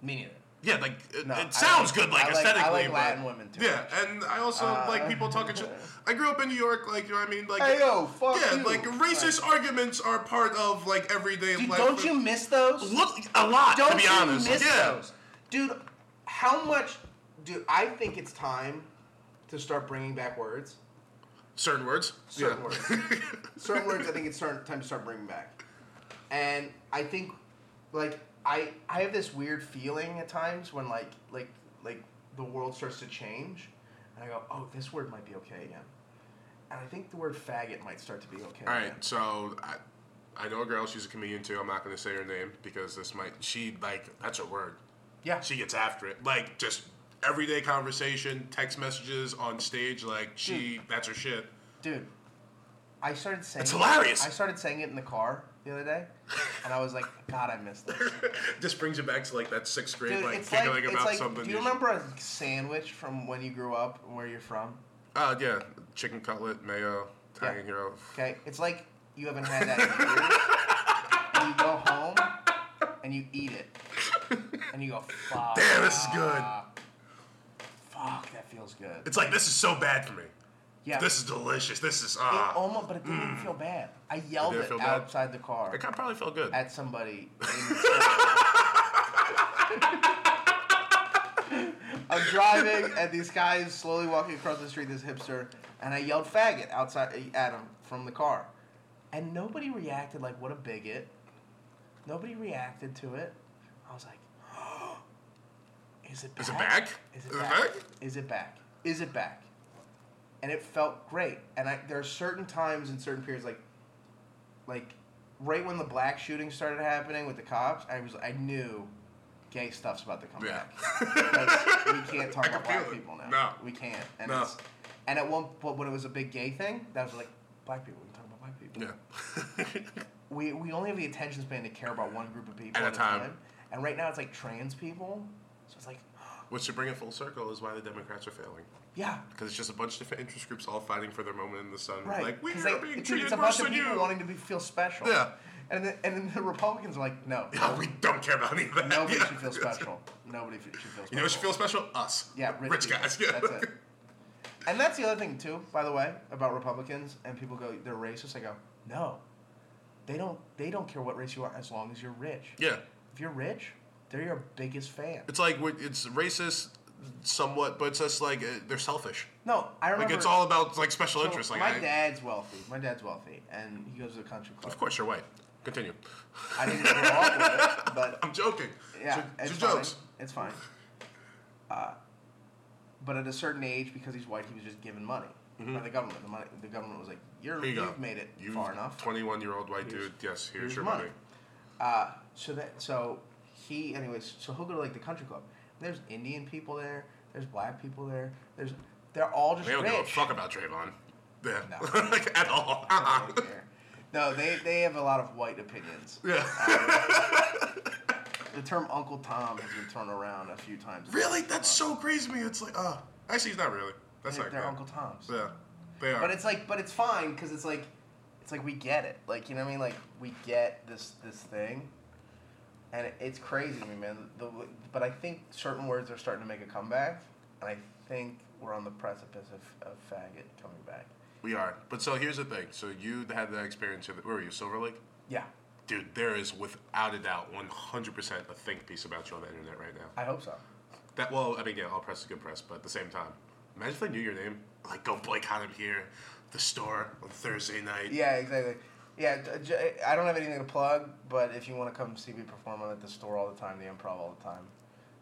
Me neither. Yeah, like it, No, I it sounds like- good, like I like- I aesthetically. like but- Latin women too Uh, Yeah, and I also like people talking shit. I grew up in New York, like you know what I mean, like Hey, yo, fuck yeah, you. like racist arguments are part of like everyday Dude, life. don't you miss those? look a lot? Don't to be you honest, miss yeah. those, dude? How much, dude? I think it's time to start bringing back words. Certain words. certain yeah. words. certain words. I think it's certain time to start bringing back. And I think, like, I I have this weird feeling at times when like like like the world starts to change, and I go, oh, this word might be okay again. And I think the word faggot might start to be okay. All again. right, so I, I know a girl. She's a comedian too. I'm not gonna say her name because this might. She like that's her word. Yeah. She gets after it. Like just everyday conversation, text messages on stage. Like she, Hmm. that's her shit. Dude, I started saying It's hilarious. I started saying it in the car the other day, and I was like, God, I missed this. Just brings you back to like that sixth grade, Dude, like it's like, giggling it's about like something. do you sh- remember a sandwich from when you grew up, and where you're from? Uh, yeah, chicken cutlet, mayo, Italian hero. Okay, it's like you haven't had that in years, and you go home and you eat it, and you go, "Fuck, Ah. Damn, this is good. fuck, that feels good." It's like this is so bad for me. Yeah. This is delicious. This is It ah. almost, but it didn't feel bad. I yelled didn't it feel bad? outside the car It kind of probably felt good. at somebody. in- I'm driving, and this guy is slowly walking across the street. This hipster, and I yelled "faggot" outside at him from the car, and nobody reacted like "what a bigot." Nobody reacted to it. I was like, "Is it back? Is it back? Is Is it it back? back? Is it back? Is it back?" And it felt great. And I, there are certain times and certain periods, like like right when the black shooting started happening with the cops, I was I knew gay stuff's about to come Yeah. back. Because we can't talk I can about black feel it. people now. No. We can't. And No. it's, and at one but when it was a big gay thing, that was like black people, we can talk about black people. yeah. We we only have the attention span to care about one group of people At a time. And right now it's like trans people. So it's like Which to bring it full circle is why the Democrats are failing. yeah. Because it's just a bunch of different interest groups all fighting for their moment in the sun. Right. Like we 'Cause are they- being it's, treated it's a worse bunch of than people you. wanting to be, feel special. Yeah. And then, and then the Republicans are like, no, Yeah, we don't care about any of that. nobody Yeah. should feel special. Nobody f- should feel special. You know what should feel special? Us. Yeah, rich, people. guys. Yeah. That's it. And that's the other thing too, by the way, about Republicans and people go they're racist. I go no, they don't. They don't care what race you are as long as you're rich. Yeah. If you're rich, they're your biggest fan. It's like we're- it's racist, somewhat, but it's just like uh, they're selfish. No, I remember. Like it's all about like special so interests. Like my I, dad's wealthy. My dad's wealthy, and he goes to the country club. Of course, you're white. Continue. I didn't grow up with it, but I'm joking. Yeah, Ju- it's ju- fine. jokes. It's fine. Uh, but at a certain age, because he's white, he was just given money by the government. The, money, the government was like, "You're Mm-hmm. Here you you go. have made it You far enough." 21 year old white Here's- dude. Yes, here's, here's your money. money. Uh, so that so he anyways so he'll go to like the country club. There's Indian people there. There's black people there. There's they're all just They don't rich. give a fuck about Trayvon. Yeah. No. like, at all. I Uh-uh. don't care. No, they they have a lot of white opinions. Um, Yeah. The term Uncle Tom has been thrown around a few times. Really? That's so crazy to me. It's like, ah. actually, he's not really. That's They're, not they're good. Uncle Toms. Yeah. They are. But it's like, but it's fine because it's like, it's like we get it. Like you know what I mean? Like we get this this thing, and it, it's crazy to me, man. The, but I think certain words are starting to make a comeback, and I think we're on the precipice of, of faggot coming back. we are. But so here's the thing. So you had that experience. Of, where were you? Silver Lake? Yeah, Dude, there is without a doubt 100% a think piece about you on the internet right now. I hope so. That well, I mean, yeah, all press is good press, but at the same time, imagine if they knew your name. Like, go boycott him here, the store on Thursday night. Yeah, exactly. Yeah, j- j- I don't have anything to plug, but if you want to come see me perform, I'm at the store all the time, the improv all the time.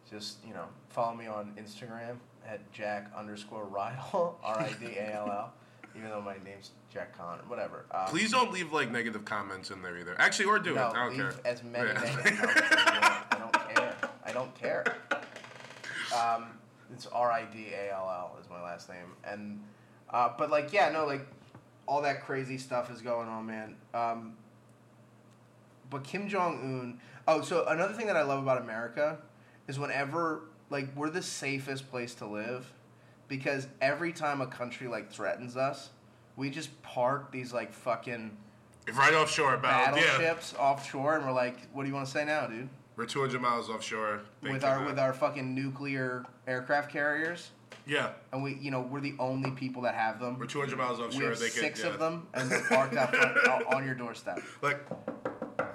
Just you know, follow me on Instagram at Jack underscore Rydal R I D A L L, even though my name's Jack Connor, whatever. Um, Please don't leave like negative comments in there either. Actually, or do no, it. I don't leave care. as many Yeah. negative comments as you want. I don't care. I don't care. Um, it's R I D A L L is my last name, and uh, but like yeah, no, like all that crazy stuff is going on, man. Um, but Kim Jong Un. Oh, so another thing that I love about America is whenever like we're the safest place to live because every time a country like threatens us, we just park these like fucking right offshore, about Oh, yeah, battleships offshore, and we're like, "What do you want to say now, dude?" we're 200 miles offshore. uh, Thank with you, our man. with our fucking nuclear aircraft carriers, yeah, and we, you know, we're the only people that have them. we're 200 miles we offshore. have they six could, yeah. of them, and they're parked out front, Oh. out on your doorstep. Like,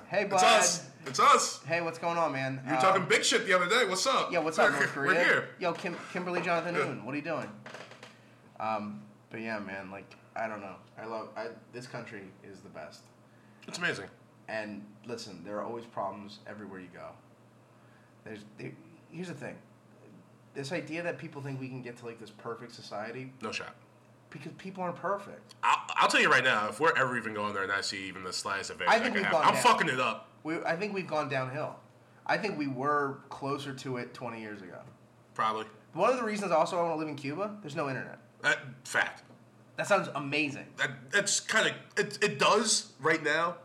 Hey, it's bud. us. It's us. Hey, what's going on, man? Um, You were talking big shit the other day. What's up? Uh, Yeah, what's up, North We're Korea? here. Yo, Kim, Kimberly Jonathan Noon, what are you doing? Um, but yeah, man, like I don't know. I love I, this country is the best. It's amazing. And listen, there are always problems everywhere you go. There's there, here's the thing. This idea that people think we can get to like this perfect society No shot. because people aren't perfect. I'll, I'll tell you right now, if we're ever even going there and I see even the slightest advantage, I could think we've have, gone I'm down. fucking it up. We I think we've gone downhill. I think we were closer to it 20 years ago. Probably. One of the reasons also I want to live in Cuba, there's no internet. That fact. That sounds amazing. That that's kind of it. It does right now,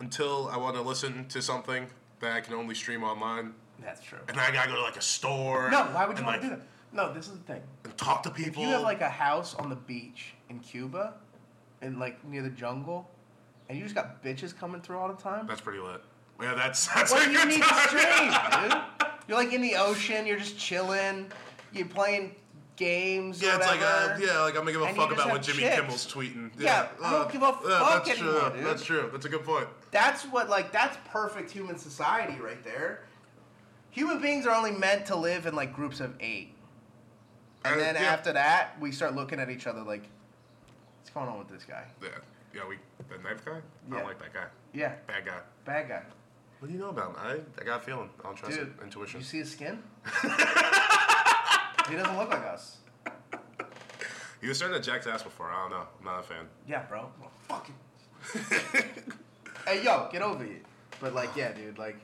until I want to listen to something that I can only stream online, That's true. and I gotta go to like a store. No, why would you and, want to do like, that? No, this is the thing. And talk to people. If you have like a house on the beach in Cuba, and like near the jungle, and you just got bitches coming through all the time. that's pretty lit. Yeah, that's that's. What a do you good need to time. stream, dude? You're like in the ocean. You're just chilling. You're playing games. or Yeah, it's like whatever. a, yeah, like I'm gonna give a And you fuck just about have what Jimmy chicks. Kimmel's tweeting. Uh, Yeah, I don't give a fuck that's anymore, true. dude. That's true. That's a good point. That's what like that's perfect human society right there. Human beings are only meant to live in like groups of eight, and Uh, then yeah. after that we start looking at each other like, what's going on with this guy? Yeah, yeah, we the knife guy. I Yeah. don't like that guy. Yeah, Bad guy. bad guy, What do you know about him? I, I got a feeling. I don't trust dude. it. Intuition. You see his skin? he doesn't look like us. He was starting to jack ass before. I don't know. I'm not a fan. Yeah, bro. Well, fuck it. hey, yo, get over it. But like, yeah, dude. Like,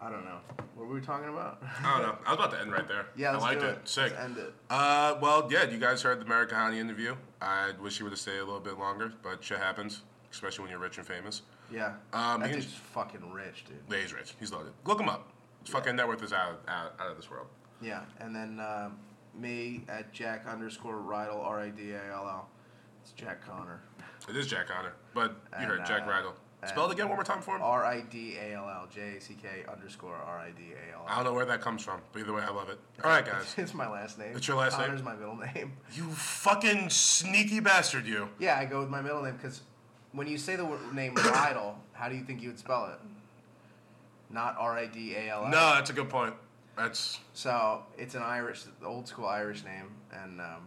I don't know what were we talking about. I don't know. I was about to end right there. yeah, let's I liked do it. it. Sick. Let's end it. Uh, well, yeah, you guys heard the Maricahani interview. I wish he would have stayed a little bit longer, but shit happens, especially when you're rich and famous. Yeah. Um, that he- dude's fucking rich, dude. Yeah, he's rich. He's loaded. Look him up. His fucking net worth is out, out out of this world. Yeah, and then um, me at Jack underscore Rydell R I D A L L. It's Jack Connor. It is Jack Connor, but you And, heard Jack uh, Rydell. Spell it and- again one more time for him. R I D A L L J A C K underscore R I D A L I L. don't know where that comes from, but either way, I love it. All right, guys. It's my last name. It's your last name? Connor's my middle name. You fucking sneaky bastard, you. Yeah, I go with my middle name because when you say the word name Rydell, how do you think you would spell it? Not R I D A L L. No, that's a good point. That's So it's an Irish, old school Irish name, and um,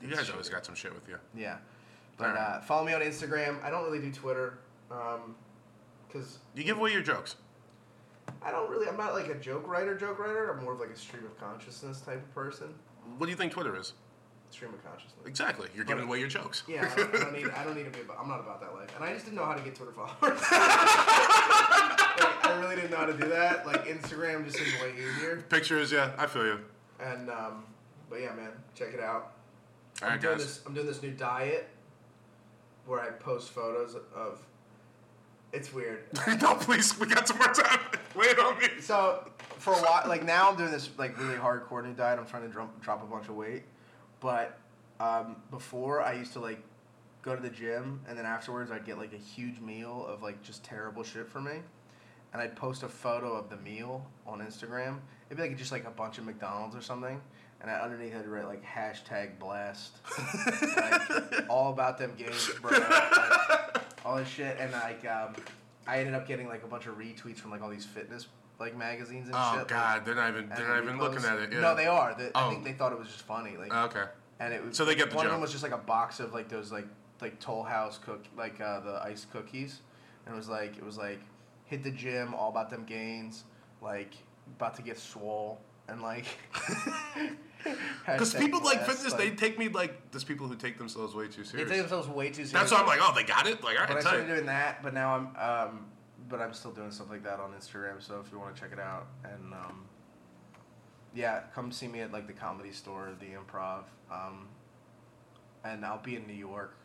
you guys always got some shit with you. yeah. But Alright. uh, follow me on Instagram. I don't really do Twitter um, because. You give away your jokes. I don't really. I'm not like a joke writer, joke writer. I'm more of like a stream of consciousness type of person. What do you think Twitter is? Stream of consciousness. Exactly. You're giving away your jokes. Yeah, I don't, I don't need. I don't need to be. About, I'm not about that life. And I just didn't know how to get Twitter followers. like, I really didn't know how to do that. Like Instagram just seems way easier. Pictures, yeah, I feel you. And um, but yeah, man, check it out. All right, I'm doing guys. this. I'm doing this new diet where I post photos of. It's weird. no, please. We got some more time. Wait on me. So for a while, like now I'm doing this like really hardcore new diet. I'm trying to drop, drop a bunch of weight, but um, before I used to like go to the gym and then afterwards I'd get like a huge meal of like just terrible shit for me, and I'd post a photo of the meal on Instagram. It'd be like just like a bunch of McDonald's or something, and I, underneath I'd write like hashtag blast, like, all about them games, bro. Like, all this shit, and like um, I ended up getting like a bunch of retweets from like all these fitness like magazines and Oh shit. God, like, they're not even they're and not even reposts. looking at it. Yeah. No, they are. They, Oh. I think they thought it was just funny. Like, Okay. and it was So they get the one of joke. them was just like a box of like those like like Toll House cook like uh, the ice cookies, and it was like it was like hit the gym, all about them gains, like about to get swole, and like Because hashtag people like blast, fitness, they take me like there's people who take themselves way too they take seriously. themselves way too seriously. That's why I'm like, oh, they got it. Like, all But I right, started tight. doing that, but now I'm um, but I'm still doing stuff like that on Instagram. So if you want to check it out, and um, yeah, come see me at like the comedy store, the Improv, um, and I'll be in New York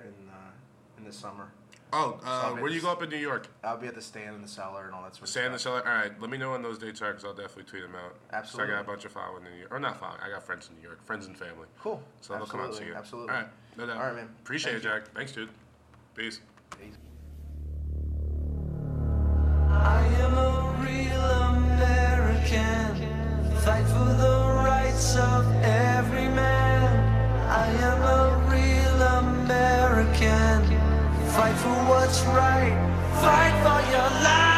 in uh, in the summer. Oh, uh, Stop it. where do you go up in New York? I'll be at the Stand in the Cellar and all that sort of Stay in the stuff. cellar. All right, let me know when those dates are because I'll definitely tweet them out. 'Cause I got Absolutely. a bunch of following in New York, or not following. I got friends in New York, friends and family. Cool. So they'll come out and see you. Absolutely. All right, no doubt. All right, man. Appreciate Thank it, Jack. Thanks, dude. Peace. Peace. I am a real American. Fight for the rights of every man. I am a real American. Fight for what's right. Fight for your life.